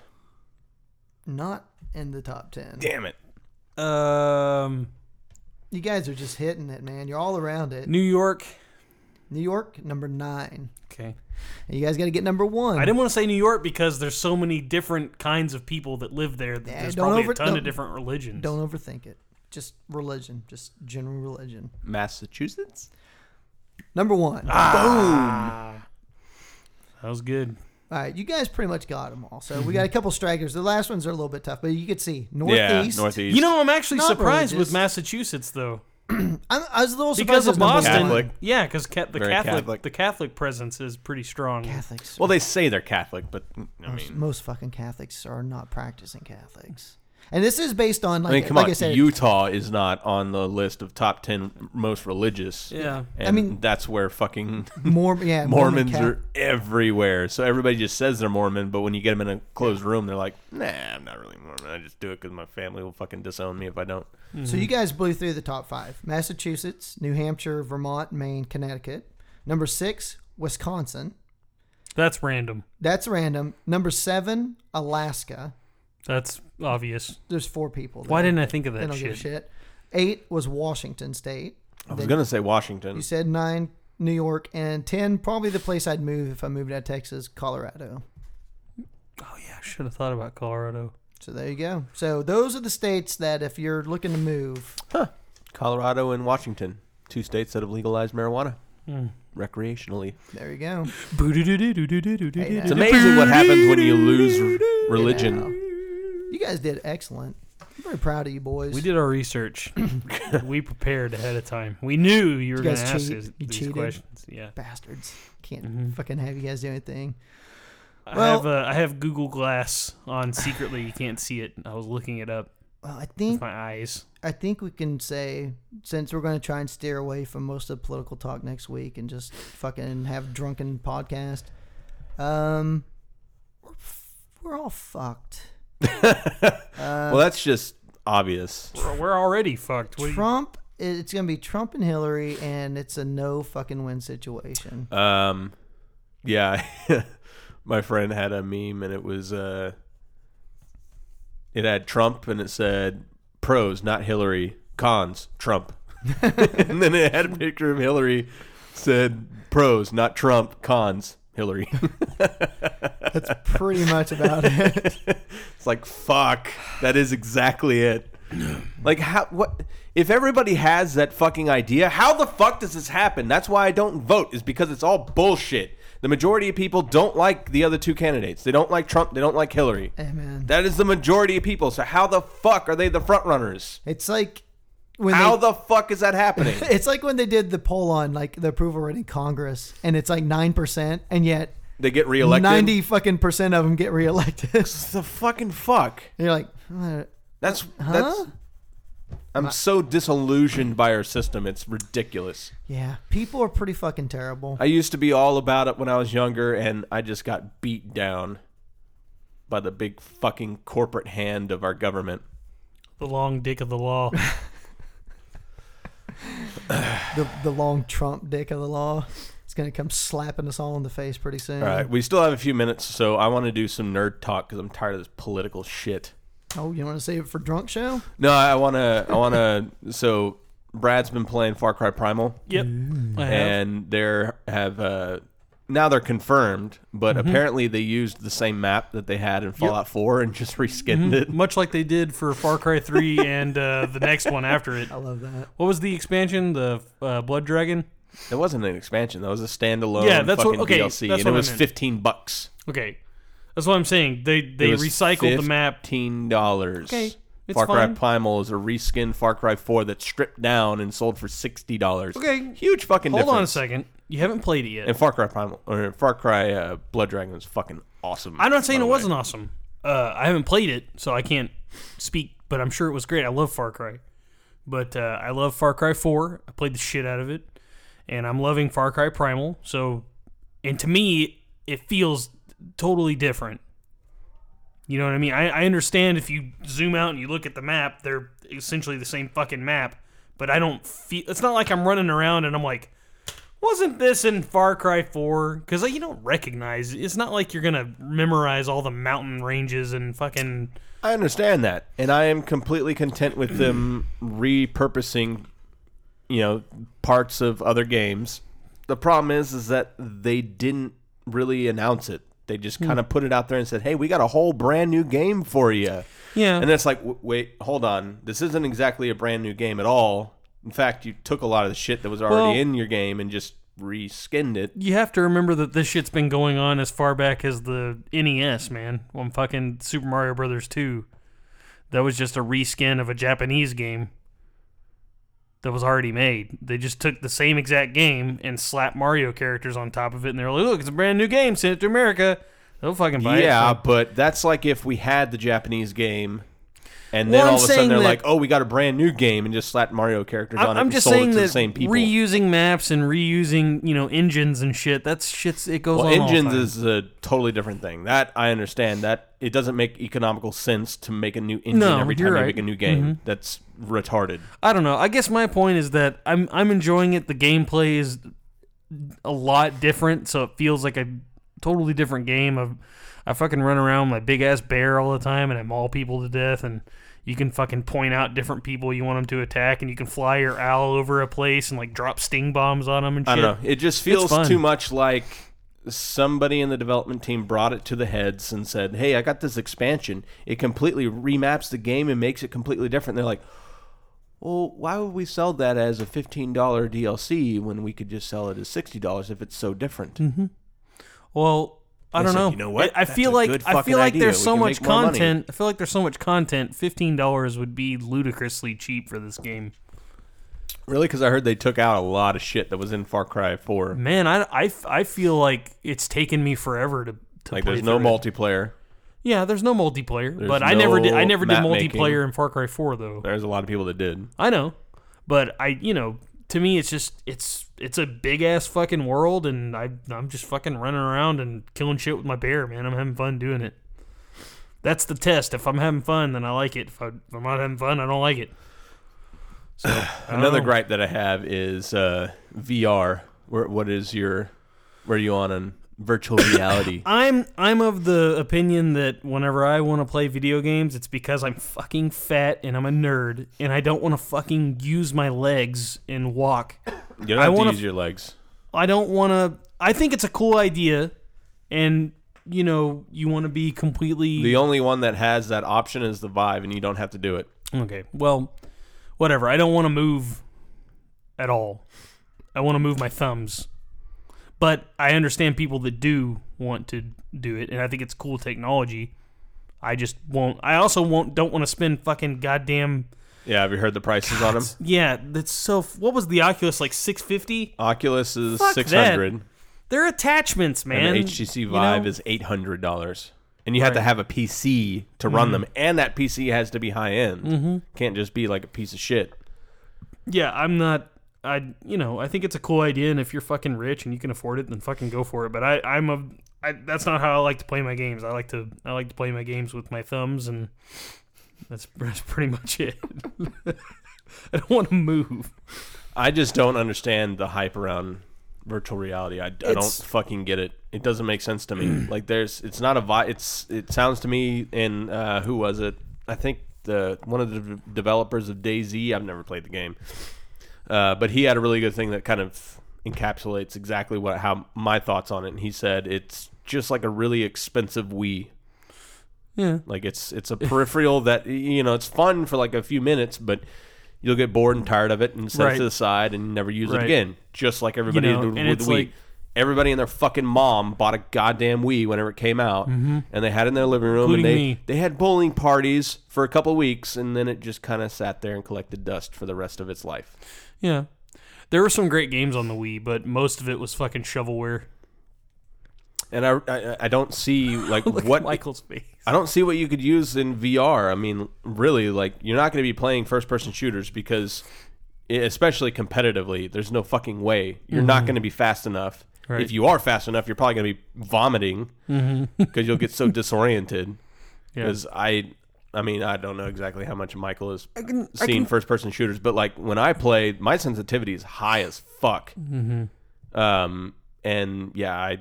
Speaker 2: not in the top ten.
Speaker 1: Damn it.
Speaker 3: Um.
Speaker 2: You guys are just hitting it, man. You're all around it.
Speaker 3: New York.
Speaker 2: New York, number nine.
Speaker 3: Okay.
Speaker 2: And you guys got to get number one.
Speaker 3: I didn't want to say New York because there's so many different kinds of people that live there that
Speaker 2: Yeah,
Speaker 3: there's
Speaker 2: don't
Speaker 3: probably
Speaker 2: over-
Speaker 3: a ton
Speaker 2: don't-
Speaker 3: of different religions.
Speaker 2: Don't overthink it. Just religion. Just general religion.
Speaker 1: Massachusetts?
Speaker 2: Number one.
Speaker 3: Ah. That was good.
Speaker 2: All right, you guys pretty much got them all. So we got a couple stragglers. The last ones are a little bit tough, but you could see northeast.
Speaker 1: Yeah. Northeast.
Speaker 3: You know, I'm actually
Speaker 2: Not
Speaker 3: surprised
Speaker 2: religious.
Speaker 3: with Massachusetts though,
Speaker 2: I'm, I was a little surprised
Speaker 3: because
Speaker 2: it was
Speaker 3: of
Speaker 2: number
Speaker 3: Boston.
Speaker 2: one.
Speaker 1: Catholic.
Speaker 3: Yeah, because ca- the
Speaker 1: Very
Speaker 3: Catholic,
Speaker 1: Catholic.
Speaker 3: the Catholic presence is pretty strong.
Speaker 2: Catholics.
Speaker 1: Well, they say they're Catholic, but I
Speaker 2: most,
Speaker 1: mean,
Speaker 2: most fucking Catholics are not practicing Catholics. And this is based on like
Speaker 1: I mean, come
Speaker 2: like
Speaker 1: on.
Speaker 2: I said,
Speaker 1: Utah is not on the list of top ten most religious.
Speaker 3: Yeah.
Speaker 1: And
Speaker 2: mean-
Speaker 1: that's where fucking
Speaker 2: Morm- yeah, Mormon
Speaker 1: Mormons
Speaker 2: Cath-
Speaker 1: are everywhere. So everybody just says they're Mormon, but when you get them in a closed room, they're like, "Nah, I'm not really Mormon. I just do it because my family will fucking disown me if I don't."
Speaker 2: So you guys blew through the top five: Massachusetts, New Hampshire, Vermont, Maine, Connecticut. Number six, Wisconsin.
Speaker 3: That's random.
Speaker 2: That's random. Number seven, Alaska.
Speaker 3: That's obvious.
Speaker 2: There's four people. There.
Speaker 3: Why didn't I think of
Speaker 2: they
Speaker 3: that
Speaker 2: don't give a
Speaker 3: shit?
Speaker 2: shit? Eight was Washington State.
Speaker 1: I was gonna say Washington.
Speaker 2: You said nine, New York, and ten, probably the place I'd move if I moved out of Texas, Colorado.
Speaker 3: Oh yeah, I should have thought about Colorado.
Speaker 2: So there you go. So those are the states that if you're looking to move,
Speaker 1: Colorado and Washington, two states that have legalized marijuana
Speaker 2: Hmm.
Speaker 1: recreationally.
Speaker 2: there you go.
Speaker 3: It's
Speaker 1: It's amazing what happens when you lose r- religion.
Speaker 2: You guys did excellent. I'm very proud of you boys.
Speaker 3: We did our research. we prepared ahead of time. We knew you were
Speaker 2: You
Speaker 3: going
Speaker 2: guys
Speaker 3: to ask
Speaker 2: cheat-
Speaker 3: us
Speaker 2: you
Speaker 3: these
Speaker 2: cheated.
Speaker 3: questions. Yeah,
Speaker 2: bastards. Can't
Speaker 3: Mm-hmm.
Speaker 2: fucking have you guys do anything.
Speaker 3: I
Speaker 2: Well-
Speaker 3: have uh, I have Google Glass on secretly. You can't see it. I was looking it up
Speaker 2: Well, I
Speaker 3: with
Speaker 2: think
Speaker 3: my eyes.
Speaker 2: I think we can say since we're going to try and steer away from most of the political talk next week and just fucking have drunken podcast. Um, we're, f- we're all fucked.
Speaker 1: well, that's just obvious.
Speaker 3: We're, we're already fucked. What do you-
Speaker 2: Trump. It's going to be Trump and Hillary, and it's a no fucking win situation.
Speaker 3: Uh,
Speaker 1: Um, yeah, my friend had a meme, and it was uh, it had Trump, and it said pros, not Hillary, cons, Trump, and then it had a picture of Hillary, said pros, not Trump, cons, Hillary.
Speaker 2: That's pretty much about it.
Speaker 1: It's like fuck. That is exactly it. Like how what if everybody has that fucking idea? How the fuck does this happen? That's why I don't vote is because it's all bullshit. The majority of people don't like the other two candidates. They don't like Trump, they don't like Hillary.
Speaker 2: Amen.
Speaker 1: That is the majority of people. So how the fuck are they the front runners?
Speaker 2: It's like when
Speaker 1: How
Speaker 2: they,
Speaker 1: the fuck is that happening?
Speaker 2: it's like when they did the poll on like the approval rate in Congress, and it's like nine percent, and yet
Speaker 1: they get reelected.
Speaker 2: ninety fucking percent of them get reelected. and
Speaker 1: the fucking fuck.
Speaker 2: you're like, "Uh,
Speaker 1: That's that's I'm so disillusioned by our system. It's ridiculous.
Speaker 2: yeah, people are pretty fucking terrible.
Speaker 1: I used to be all about it when I was younger, and I just got beat down by the big fucking corporate hand of our government.
Speaker 3: the long dick of the law.
Speaker 2: The the long Trump dick of the law. It's gonna come slapping us all in the face pretty soon.
Speaker 1: All right, we still have a few minutes, so I want to do some nerd talk because I'm tired of this political shit.
Speaker 2: Oh, you want to save it for drunk show?
Speaker 1: No, I want to. I want to. so Brad's been playing Far Cry Primal,
Speaker 3: yep. I have.
Speaker 1: and there have uh, now they're confirmed, but
Speaker 3: Mm-hmm.
Speaker 1: apparently they used the same map that they had in Fallout 4 and just
Speaker 3: Mm-hmm.
Speaker 1: reskinned it.
Speaker 3: Much like they did for Far Cry 3 and uh, the next one after it.
Speaker 2: I love that.
Speaker 3: What was the expansion? The uh, Blood Dragon?
Speaker 1: It wasn't an expansion. That was a standalone
Speaker 3: Yeah, that's what-
Speaker 1: fucking
Speaker 3: okay,
Speaker 1: DLC, and
Speaker 3: that's
Speaker 1: it
Speaker 3: what I
Speaker 1: was
Speaker 3: meant.
Speaker 1: fifteen bucks.
Speaker 3: Okay. That's what I'm saying. They they
Speaker 1: It was
Speaker 3: recycled the map.
Speaker 1: Fifteen dollars.
Speaker 3: Okay, it's
Speaker 1: Far Cry
Speaker 3: fine.
Speaker 1: Primal is a reskin Far Cry Four that's stripped down and sold for sixty dollars.
Speaker 3: Okay.
Speaker 1: huge fucking.
Speaker 3: Hold
Speaker 1: difference.
Speaker 3: on a second. You haven't played it yet.
Speaker 1: And Far Cry Primal or Far Cry uh, Blood Dragon was fucking awesome.
Speaker 3: I'm not saying
Speaker 1: by the
Speaker 3: it
Speaker 1: way.
Speaker 3: wasn't awesome. Uh, I haven't played it, so I can't speak, but I'm sure it was great. I love Far Cry. But uh, I love Far Cry 4. I played the shit out of it. And I'm loving Far Cry Primal. So, and to me, it feels totally different. You know what I mean? I, I understand if you zoom out and you look at the map, they're essentially the same fucking map. But I don't feel. It's not like I'm running around and I'm like, wasn't this in Far Cry 4? Because like, you don't recognize. It's not like you're gonna memorize all the mountain ranges and fucking.
Speaker 1: I understand that, and I am completely content with them repurposing, you know, parts of other games. The problem is, is that they didn't really announce it. They just
Speaker 3: Hmm.
Speaker 1: kind of put it out there and said, "Hey, we got a whole brand new game for you."
Speaker 3: Yeah.
Speaker 1: and it's like, w- wait, hold on, this isn't exactly a brand new game at all. In fact, you took a lot of the shit that was already
Speaker 3: Well-
Speaker 1: in your game and just reskinned it.
Speaker 3: You have to remember that this shit's been going on as far back as the NES, man. When fucking Super Mario Brothers 2, that was just a reskin of a Japanese game that was already made. They just took the same exact game and slapped Mario characters on top of it, and they're like, "Look, it's a brand new game. Send it to America. They'll fucking buy it."
Speaker 1: yeah, but that's like if we had the Japanese game, and
Speaker 3: Well,
Speaker 1: then
Speaker 3: I'm
Speaker 1: all of a sudden
Speaker 3: saying
Speaker 1: they're
Speaker 3: that-
Speaker 1: like, "Oh, we got a brand new game," and just slapped Mario characters
Speaker 3: I-
Speaker 1: on it
Speaker 3: I'm
Speaker 1: and
Speaker 3: just
Speaker 1: sold it
Speaker 3: saying
Speaker 1: to
Speaker 3: that
Speaker 1: the same people.
Speaker 3: reusing maps and reusing you know engines and shit. That's shit's it goes
Speaker 1: well,
Speaker 3: on. all the
Speaker 1: engines
Speaker 3: time.
Speaker 1: is a totally different thing. That I understand. That it doesn't make economical sense to make a new engine
Speaker 3: No,
Speaker 1: every time
Speaker 3: you're
Speaker 1: you
Speaker 3: right. Mm-hmm.
Speaker 1: make a new game. That's retarded.
Speaker 3: I don't know. I guess my point is that I'm I'm enjoying it. The gameplay is a lot different, so it feels like a totally different game. Of I fucking run around with my big ass bear all the time, and I maul people to death. And you can fucking point out different people you want them to attack, and you can fly your owl over a place and like drop sting bombs on them and shit.
Speaker 1: I don't know. It just feels
Speaker 3: fun.
Speaker 1: too much like somebody in the development team brought it to the heads and said, "Hey, I got this expansion. It completely remaps the game and makes it completely different." they're like, "Well, why would we sell that as a fifteen dollar DLC when we could just sell it as sixty dollars if it's so different?"
Speaker 3: Mm-hmm. Well, I don't
Speaker 1: said,
Speaker 3: know.
Speaker 1: "You know what?
Speaker 3: I, I
Speaker 1: That's
Speaker 3: feel
Speaker 1: a
Speaker 3: like
Speaker 1: good
Speaker 3: I
Speaker 1: fucking
Speaker 3: feel like
Speaker 1: idea.
Speaker 3: there's
Speaker 1: We
Speaker 3: so
Speaker 1: can
Speaker 3: much
Speaker 1: make more money."
Speaker 3: content. I feel like there's so much content. Fifteen dollars would be ludicrously cheap for this game.
Speaker 1: Really? Because I heard they took out a lot of shit that was in Far Cry Four.
Speaker 3: Man, I, I, I feel like it's taken me forever to, to
Speaker 1: Like,
Speaker 3: play
Speaker 1: there's no
Speaker 3: through it.
Speaker 1: multiplayer.
Speaker 3: Yeah, there's no multiplayer.
Speaker 1: There's
Speaker 3: but I never did. I
Speaker 1: no
Speaker 3: never did
Speaker 1: map
Speaker 3: multiplayer
Speaker 1: making.
Speaker 3: in Far Cry Four though.
Speaker 1: There's a lot of people that did.
Speaker 3: I know, but I you know to me it's just it's it's a big ass fucking world, and I I'm just fucking running around and killing shit with my bear, man. I'm having fun doing it. That's the test. If I'm having fun, then I like it. If, I, if I'm not having fun, I don't like it. So I don't
Speaker 1: Another
Speaker 3: know.
Speaker 1: gripe that I have is uh, VR. Where, what is your? Where are you on in virtual reality?
Speaker 3: I'm I'm of the opinion that whenever I want to play video games, it's because I'm fucking fat and I'm a nerd and I don't want to fucking use my legs and walk.
Speaker 1: You don't
Speaker 3: I
Speaker 1: have to
Speaker 3: wanna-
Speaker 1: use your legs.
Speaker 3: I don't want to. I think it's a cool idea, and you know you want to be completely
Speaker 1: The only one that has that option is the Vive, and you don't have to do it.
Speaker 3: okay. Well, whatever. I don't want to move at all. I want to move my thumbs, but I understand people that do want to do it, and I think it's cool technology. I just won't. I also won't. Don't want to spend fucking goddamn.
Speaker 1: Yeah, have you heard the prices on them?
Speaker 3: Yeah, that's so. What was the Oculus like? Six fifty.
Speaker 1: Oculus is
Speaker 3: Fuck
Speaker 1: six hundred,
Speaker 3: They're attachments, man.
Speaker 1: and the HTC
Speaker 3: you
Speaker 1: Vive
Speaker 3: know?
Speaker 1: is eight hundred dollars. And you have to have a PC to run them, and that PC has to be high end. Mm-hmm. Can't just be like a piece of shit.
Speaker 3: Yeah, I'm not. I you know I think it's a cool idea, and if you're fucking rich and you can afford it, then fucking go for it. But I I'm a I, that's not how I like to play my games. I like to I like to play my games with my thumbs, and that's that's pretty much it. I don't want to move.
Speaker 1: I just don't understand the hype around virtual reality. I, I don't
Speaker 3: It's-
Speaker 1: fucking get it. It doesn't make sense to me. like there's, it's not a vibe. It's it sounds to me in uh, who was it? I think the one of the d- developers of DayZ. I've never played the game, uh, but he had a really good thing that kind of encapsulates exactly what how my thoughts on it. And he said it's just like a really expensive Wii.
Speaker 3: Yeah.
Speaker 1: Like it's it's a peripheral that you know it's fun for like a few minutes, but you'll get bored and tired of it and set
Speaker 3: Right.
Speaker 1: it to the side and never use
Speaker 3: Right.
Speaker 1: it again. Just like everybody
Speaker 3: You know,
Speaker 1: did
Speaker 3: and
Speaker 1: with
Speaker 3: it's
Speaker 1: Wii.
Speaker 3: like-
Speaker 1: Everybody and their fucking mom bought a goddamn Wii whenever it came out, and they had it in their living room,
Speaker 3: Mm-hmm. Including
Speaker 1: and they
Speaker 3: me.
Speaker 1: they had bowling parties for a couple weeks, and then it just kind of sat there and collected dust for the rest of its life.
Speaker 3: Yeah. There were some great games on the Wii, but most of it was fucking shovelware.
Speaker 1: And I I, I don't see like
Speaker 3: Look
Speaker 1: what
Speaker 3: at Michael's face.
Speaker 1: I don't see what you could use in VR. I mean, really, like you're not going to be playing first-person shooters because, e, especially competitively, there's no fucking way you're not going to be fast enough.
Speaker 3: Right.
Speaker 1: If you are fast enough, you're probably going to be vomiting because you'll get so disoriented. Because I, I mean, I don't know exactly how much Michael has seen first-person shooters, but like when I play, my sensitivity is high as fuck. Um, and yeah, I,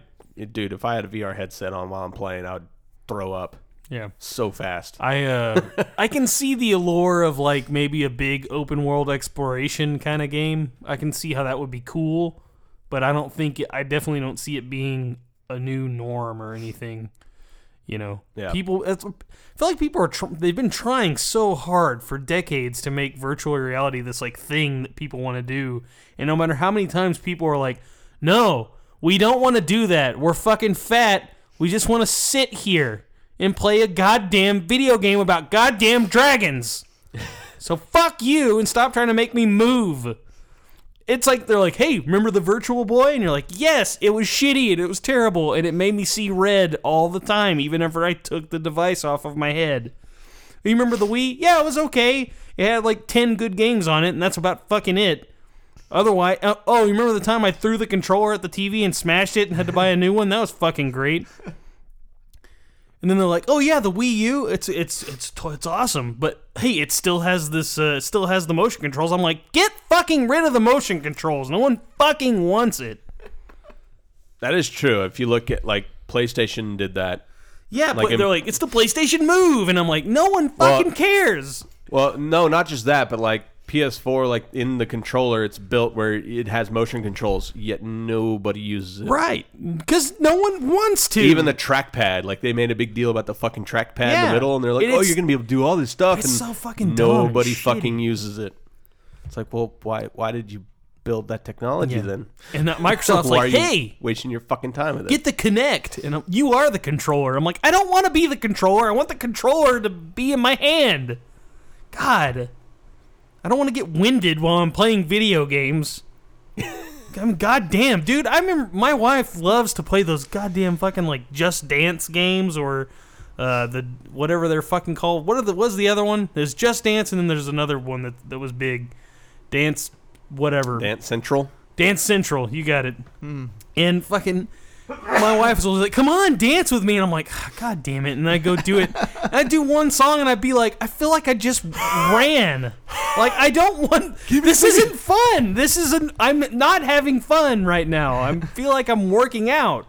Speaker 1: dude, if I had a VR headset on while I'm playing, I would throw up
Speaker 3: Yeah.
Speaker 1: so fast.
Speaker 3: I uh I can see the allure of like maybe a big open world exploration kind of game. I can see how that would be cool, but I don't think it, I definitely don't see it being a new norm or anything. You know,
Speaker 1: Yeah.
Speaker 3: people. It's, I feel like people are tr- they've been trying so hard for decades to make virtual reality this like thing that people want to do, and no matter how many times people are like, "No, we don't want to do that. We're fucking fat. We just want to sit here and play a goddamn video game about goddamn dragons." so fuck you and stop trying to make me move it's like they're like, "Hey, remember the Virtual Boy?" And you're like, "Yes, it was shitty and it was terrible and it made me see red all the time, even after I took the device off of my head." You remember the Wii? Yeah, it was okay. It had like ten good games on it, and that's about fucking it. Otherwise, uh, oh, you remember the time I threw the controller at the TV and smashed it and had to buy a new one? That was fucking great. And then they're like, "Oh yeah, the Wii U, it's it's it's to- it's awesome, but hey, it still has this uh, it still has the motion controls." I'm like, "Get fucking rid of the motion controls. No one fucking wants it."
Speaker 1: That is true. If you look at like PlayStation did that.
Speaker 3: Yeah,
Speaker 1: Like
Speaker 3: but
Speaker 1: in-
Speaker 3: they're like, "It's the PlayStation Move." And I'm like, "No one fucking cares."
Speaker 1: Well, no, not just that, but like PS4, like in the controller, it's built where it has motion controls, yet nobody uses it.
Speaker 3: Right. Cuz no one wants to.
Speaker 1: Even the trackpad, like they made a big deal about the fucking trackpad in
Speaker 3: Yeah.
Speaker 1: the middle, and they're like,
Speaker 3: And
Speaker 1: "Oh,
Speaker 3: it's-
Speaker 1: you're gonna be able to do all this stuff,"
Speaker 3: it's
Speaker 1: and
Speaker 3: so fucking dumb and
Speaker 1: nobody
Speaker 3: shitty.
Speaker 1: fucking uses it. It's like, well, why? Why did you build that technology then?
Speaker 3: and that Microsoft's
Speaker 1: why
Speaker 3: like,
Speaker 1: are you
Speaker 3: "Hey,
Speaker 1: wasting your fucking time with it?"
Speaker 3: get the Connect." And I'm, you are the controller. I'm like, "I don't want to be the controller. I want the controller to be in my hand." God. I don't want to get winded while I'm playing video games. I'm goddamn, dude. I remember my wife loves to play those goddamn fucking like Just Dance games or uh, the whatever they're fucking called. What are the was the other one? There's Just Dance and then there's another one that that was big, Dance whatever.
Speaker 1: Dance Central.
Speaker 3: Dance Central, you got it. And fucking, my wife was always like, "Come on, dance with me," and I'm like, "Ah, "God damn it!" And I go do it. And I do one song, and I'd be like, "I feel like I just ran. Like I don't want. This isn't fun. This isn't. I'm not having fun right now. I feel like I'm working out,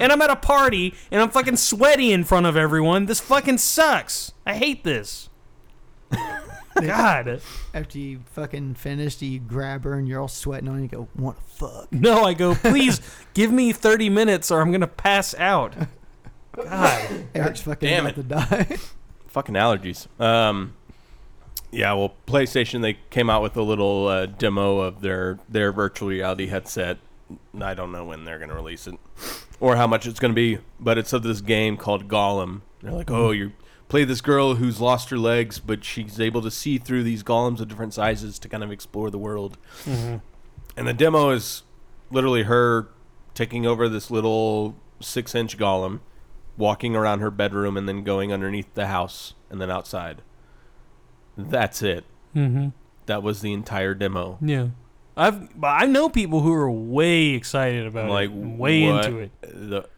Speaker 3: and I'm at a party, and I'm fucking sweaty in front of everyone. This fucking sucks. I hate this. God."
Speaker 2: After you fucking finished, you grab her and you're all sweating on. it, You go, "What the fuck?"
Speaker 3: No, I go, please give me 30 minutes or I'm going to pass out. God.
Speaker 2: Eric's fucking
Speaker 1: damn
Speaker 2: about to die.
Speaker 1: fucking allergies. Um, yeah, well, PlayStation they came out with a little uh, demo of their their virtual reality headset. I don't know when they're gonna release it or how much it's gonna be, but it's of this game called Gollum. They're like, oh, you play this girl who's lost her legs, but she's able to see through these golems of different sizes to kind of explore the world. And the demo is literally her taking over this little six inch golem, walking around her bedroom, and then going underneath the house and then outside. That's it. Mm-hmm. That was the entire demo.
Speaker 3: Yeah. I've but I know people who are way excited about
Speaker 1: I'm like,
Speaker 3: it, way
Speaker 1: what
Speaker 3: into it.
Speaker 1: The,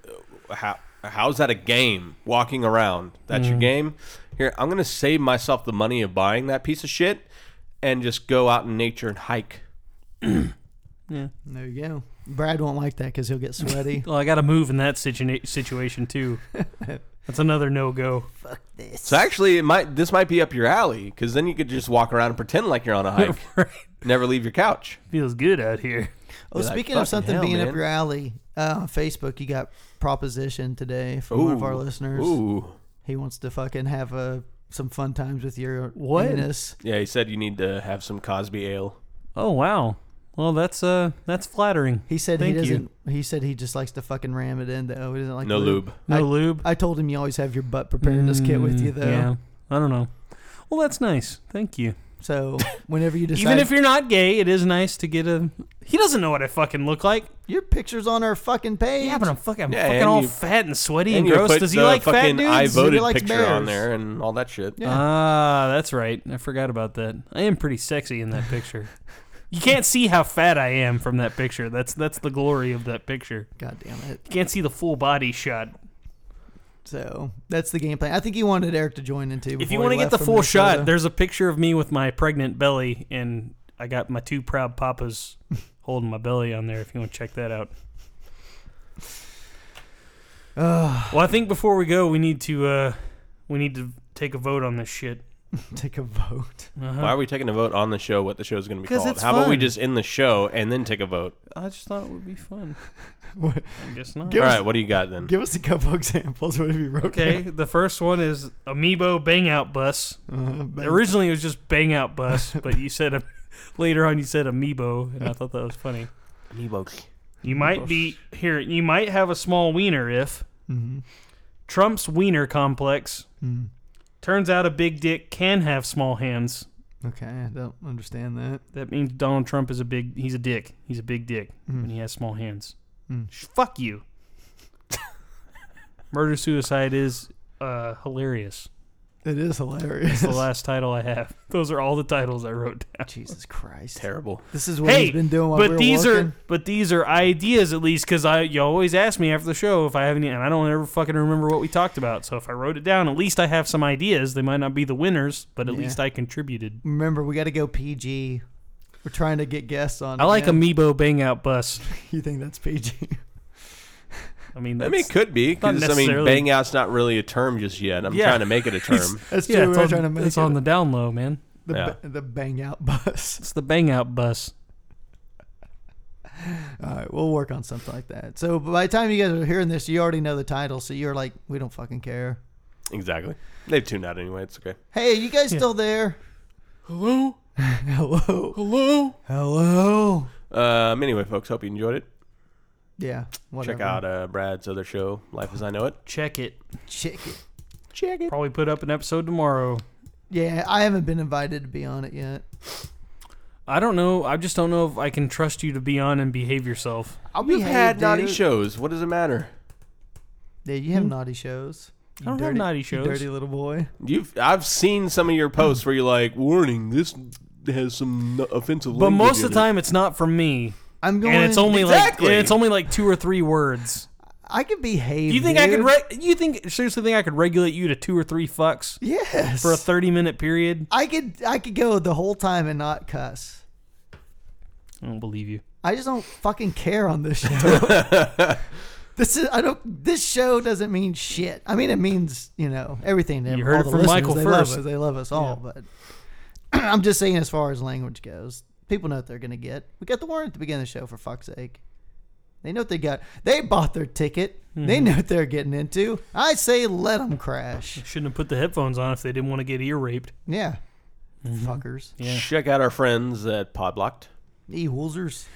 Speaker 1: how, how's that a game? Walking around. That's
Speaker 3: Mm-hmm.
Speaker 1: your game? Here, I'm going to save myself the money of buying that piece of shit and just go out in nature and hike.
Speaker 2: there you go. Brad won't like that because he'll get sweaty.
Speaker 3: Well, I got to move in that situa- situation too. That's another no go.
Speaker 1: So actually, it might this might be up your alley because then you could just walk around and pretend like you're on a hike, never leave your couch.
Speaker 3: Feels good out here.
Speaker 2: Oh,
Speaker 1: Be like,
Speaker 2: speaking
Speaker 1: "Fucking
Speaker 2: of something
Speaker 1: hell,
Speaker 2: being up
Speaker 1: man."
Speaker 2: your alley, uh, on Facebook, you got proposition today from one of our listeners.
Speaker 1: Ooh.
Speaker 2: He wants to fucking have uh, some fun times with your
Speaker 3: What?
Speaker 2: anus.
Speaker 1: Yeah, he said you need to have some Cosby ale.
Speaker 3: Oh wow. Well, that's uh, that's flattering.
Speaker 2: He said
Speaker 3: Thank
Speaker 2: he
Speaker 3: you.
Speaker 2: doesn't. He said he just likes to fucking ram it in though. He doesn't like
Speaker 1: No lube.
Speaker 3: No
Speaker 2: I-
Speaker 3: lube.
Speaker 2: I told him you always have your butt preparedness kit with you
Speaker 3: Mm,
Speaker 2: though.
Speaker 3: Yeah. I don't know. Well, that's nice. Thank you.
Speaker 2: So whenever you decide,
Speaker 3: Even if you're not gay, it is nice to get a. He doesn't know what I fucking look like.
Speaker 2: your picture's on our fucking page,
Speaker 3: Yeah, but I'm fucking,
Speaker 1: Yeah,
Speaker 3: I'm fucking
Speaker 1: and
Speaker 3: all
Speaker 1: you-
Speaker 3: fat and sweaty
Speaker 1: And
Speaker 3: and,
Speaker 1: you
Speaker 3: gross.
Speaker 1: put
Speaker 3: Does he
Speaker 1: the
Speaker 3: like fat
Speaker 1: fucking
Speaker 3: dudes?
Speaker 1: I voted
Speaker 2: likes
Speaker 1: picture on
Speaker 2: bears.
Speaker 1: there and all that shit.
Speaker 2: Yeah.
Speaker 3: Ah, that's right. I forgot about that. I am pretty sexy in that picture. you can't see how fat I am from that picture. That's that's the glory of that picture.
Speaker 2: God damn it.
Speaker 3: You can't see the full body shot.
Speaker 2: So that's the game plan. I think he wanted Eric to join in too.
Speaker 3: If you
Speaker 2: want to
Speaker 3: get the full shot, there's a picture of me with my pregnant belly, and I got my two proud papas holding my belly on there. If you want to check that out. well, I think before we go, we need to uh, we need to take a vote on this shit. Uh-huh.
Speaker 2: take a vote.
Speaker 1: Why are we taking a vote on the show? What the show's going to be
Speaker 3: 'Cause
Speaker 1: called?
Speaker 3: it's
Speaker 1: How about we
Speaker 3: fun.
Speaker 1: just end the show and then take a vote?
Speaker 3: I just thought it would be fun.
Speaker 2: What-
Speaker 3: I guess not.
Speaker 2: Give
Speaker 1: All
Speaker 2: us-
Speaker 1: right, what do you got then?
Speaker 2: Give us a couple examples. What have you wrote?
Speaker 3: Okay, the first one is Amiibo Bang Out Bus.
Speaker 2: Uh, but-
Speaker 3: Originally, it was just Bang Out Bus, but you said a, later on you said Amiibo, and I thought that was funny. You might be here. You might have a small wiener if
Speaker 2: Mhm.
Speaker 3: Trump's wiener complex.
Speaker 2: Mm.
Speaker 3: Turns out a big dick can have small hands.
Speaker 2: Okay, I don't understand that.
Speaker 3: That means Donald Trump is a big. He's a dick. He's a big dick, and he has small hands. Sh Fuck you. Murder suicide is uh, hilarious.
Speaker 2: It is hilarious.
Speaker 3: It's the last title I have. Those are all the titles I wrote down.
Speaker 2: Jesus Christ.
Speaker 1: Terrible.
Speaker 2: This is what he's been doing while
Speaker 3: but
Speaker 2: we were
Speaker 3: these
Speaker 2: working.
Speaker 3: are but these are ideas at least because I you always ask me after the show if I have any, and I don't ever fucking remember what we talked about. So if I wrote it down, at least I have some ideas. They might not be the winners, but at
Speaker 2: Yeah.
Speaker 3: least I contributed.
Speaker 2: Remember, we got to go PG. We're trying to get guests on.
Speaker 3: I like
Speaker 2: again.
Speaker 3: Amiibo Bang Out Bus.
Speaker 2: You think that's PG?
Speaker 3: I mean,
Speaker 1: I
Speaker 3: that's,
Speaker 1: mean, it could be because I mean,
Speaker 3: necessarily-
Speaker 1: bang out's not really a term just yet. I'm
Speaker 3: Yeah.
Speaker 1: trying to make it a term.
Speaker 2: that's true.
Speaker 3: yeah,
Speaker 2: we
Speaker 3: it's,
Speaker 2: were
Speaker 3: on,
Speaker 2: trying to make
Speaker 3: it's
Speaker 2: it
Speaker 3: on the down low, man.
Speaker 2: the,
Speaker 1: yeah.
Speaker 2: ba- the bang out bus.
Speaker 3: It's the Bang Out Bus.
Speaker 2: All right, we'll work on something like that. So by the time you guys are hearing this, you already know the title. So you're like, we don't fucking care.
Speaker 1: exactly. They've tuned out anyway. It's okay.
Speaker 2: Hey, you guys still there? Hello. Hello. Hello. Hello.
Speaker 1: Um, anyway, folks, hope you enjoyed it.
Speaker 2: Yeah. Whatever.
Speaker 1: Check out uh, Brad's other show, Life as I Know It.
Speaker 3: Check it.
Speaker 2: Check it.
Speaker 1: Check it.
Speaker 3: Probably put up an episode tomorrow.
Speaker 2: Yeah, I haven't been invited to be on it yet.
Speaker 3: I don't know. I just don't know if I can trust you to be on and behave yourself.
Speaker 2: I'll
Speaker 1: We've had naughty
Speaker 2: dude.
Speaker 1: shows. What does it matter?
Speaker 2: Yeah, you have naughty shows. You
Speaker 3: Hmm. don't have
Speaker 2: dirty,
Speaker 3: naughty
Speaker 2: you
Speaker 3: shows.
Speaker 2: dirty little boy.
Speaker 1: You've I've seen some of your posts where you're like, "Warning, this has some n- offensive."
Speaker 3: But
Speaker 1: language
Speaker 3: most of
Speaker 1: in
Speaker 3: the
Speaker 1: it."
Speaker 3: time, it's not from me.
Speaker 2: I'm going.
Speaker 3: and it's only
Speaker 1: Exactly.
Speaker 3: like and it's only like two or three words.
Speaker 2: I could behave.
Speaker 3: You think I could?
Speaker 2: dude.
Speaker 3: Re- you think seriously think I could regulate you to two or three fucks
Speaker 2: Yes.
Speaker 3: for a thirty minute period?
Speaker 2: I could. I could go the whole time and not cuss.
Speaker 3: I don't believe you.
Speaker 2: I just don't fucking care on this show. this is I don't. This show doesn't mean shit. I mean, it means you know everything. To
Speaker 3: You
Speaker 2: all
Speaker 3: heard it
Speaker 2: the
Speaker 3: from
Speaker 2: listeners.
Speaker 3: Michael
Speaker 2: they
Speaker 3: first.
Speaker 2: Love us. They love us all. But I'm just saying, as far as language goes, people know what they're gonna get. We got the warning at the beginning of the show. For fuck's sake, they know what they got. They bought their ticket.
Speaker 3: Mm-hmm.
Speaker 2: They know what they're getting into. I say, let them crash.
Speaker 3: Shouldn't have put the headphones on if they didn't want to get ear raped.
Speaker 2: Yeah, fuckers,
Speaker 3: Mm-hmm. Yeah.
Speaker 1: Check out our friends at Podblocked.
Speaker 2: e hoolsers.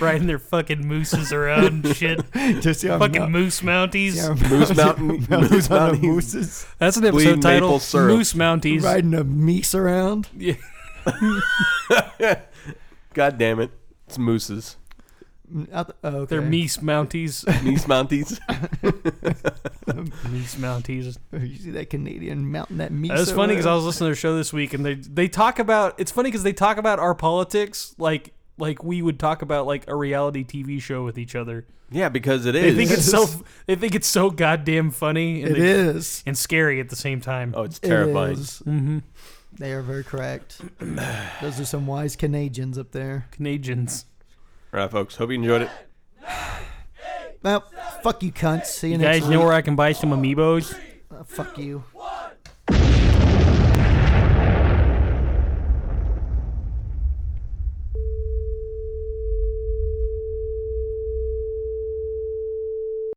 Speaker 3: Riding their fucking mooses around and shit.
Speaker 2: Just yeah,
Speaker 3: fucking moose mounties.
Speaker 1: Moose Mountain. Moose Mountain.
Speaker 2: mooses
Speaker 3: That's an episode
Speaker 1: Bleeding
Speaker 3: title.
Speaker 1: maple syrup.
Speaker 3: Moose mounties.
Speaker 2: riding a meese around.
Speaker 1: God damn it, it's mooses.
Speaker 2: I th- oh, okay.
Speaker 3: They're meese mounties.
Speaker 1: Moose Mounties.
Speaker 3: meese mounties.
Speaker 2: You see that Canadian mountain, that meat.
Speaker 3: It was funny because I was listening to their show this week, and they they talk about it's funny because they talk about our politics like like we would talk about like a reality TV show with each other.
Speaker 1: Yeah, because it
Speaker 3: They
Speaker 1: is.
Speaker 3: think it's so they think it's so goddamn funny and,
Speaker 2: It
Speaker 3: they-
Speaker 2: is.
Speaker 3: and scary at the same time.
Speaker 1: oh, it's terrifying.
Speaker 2: Mm-hmm. They are very correct. Those are some wise Canadians up there.
Speaker 3: Canadians,
Speaker 1: All right, folks. Hope you enjoyed it.
Speaker 2: Well, fuck you, cunts. See you,
Speaker 3: you
Speaker 2: next
Speaker 3: guys
Speaker 2: week.
Speaker 3: know where I can buy some amiibos.
Speaker 2: Uh, fuck you.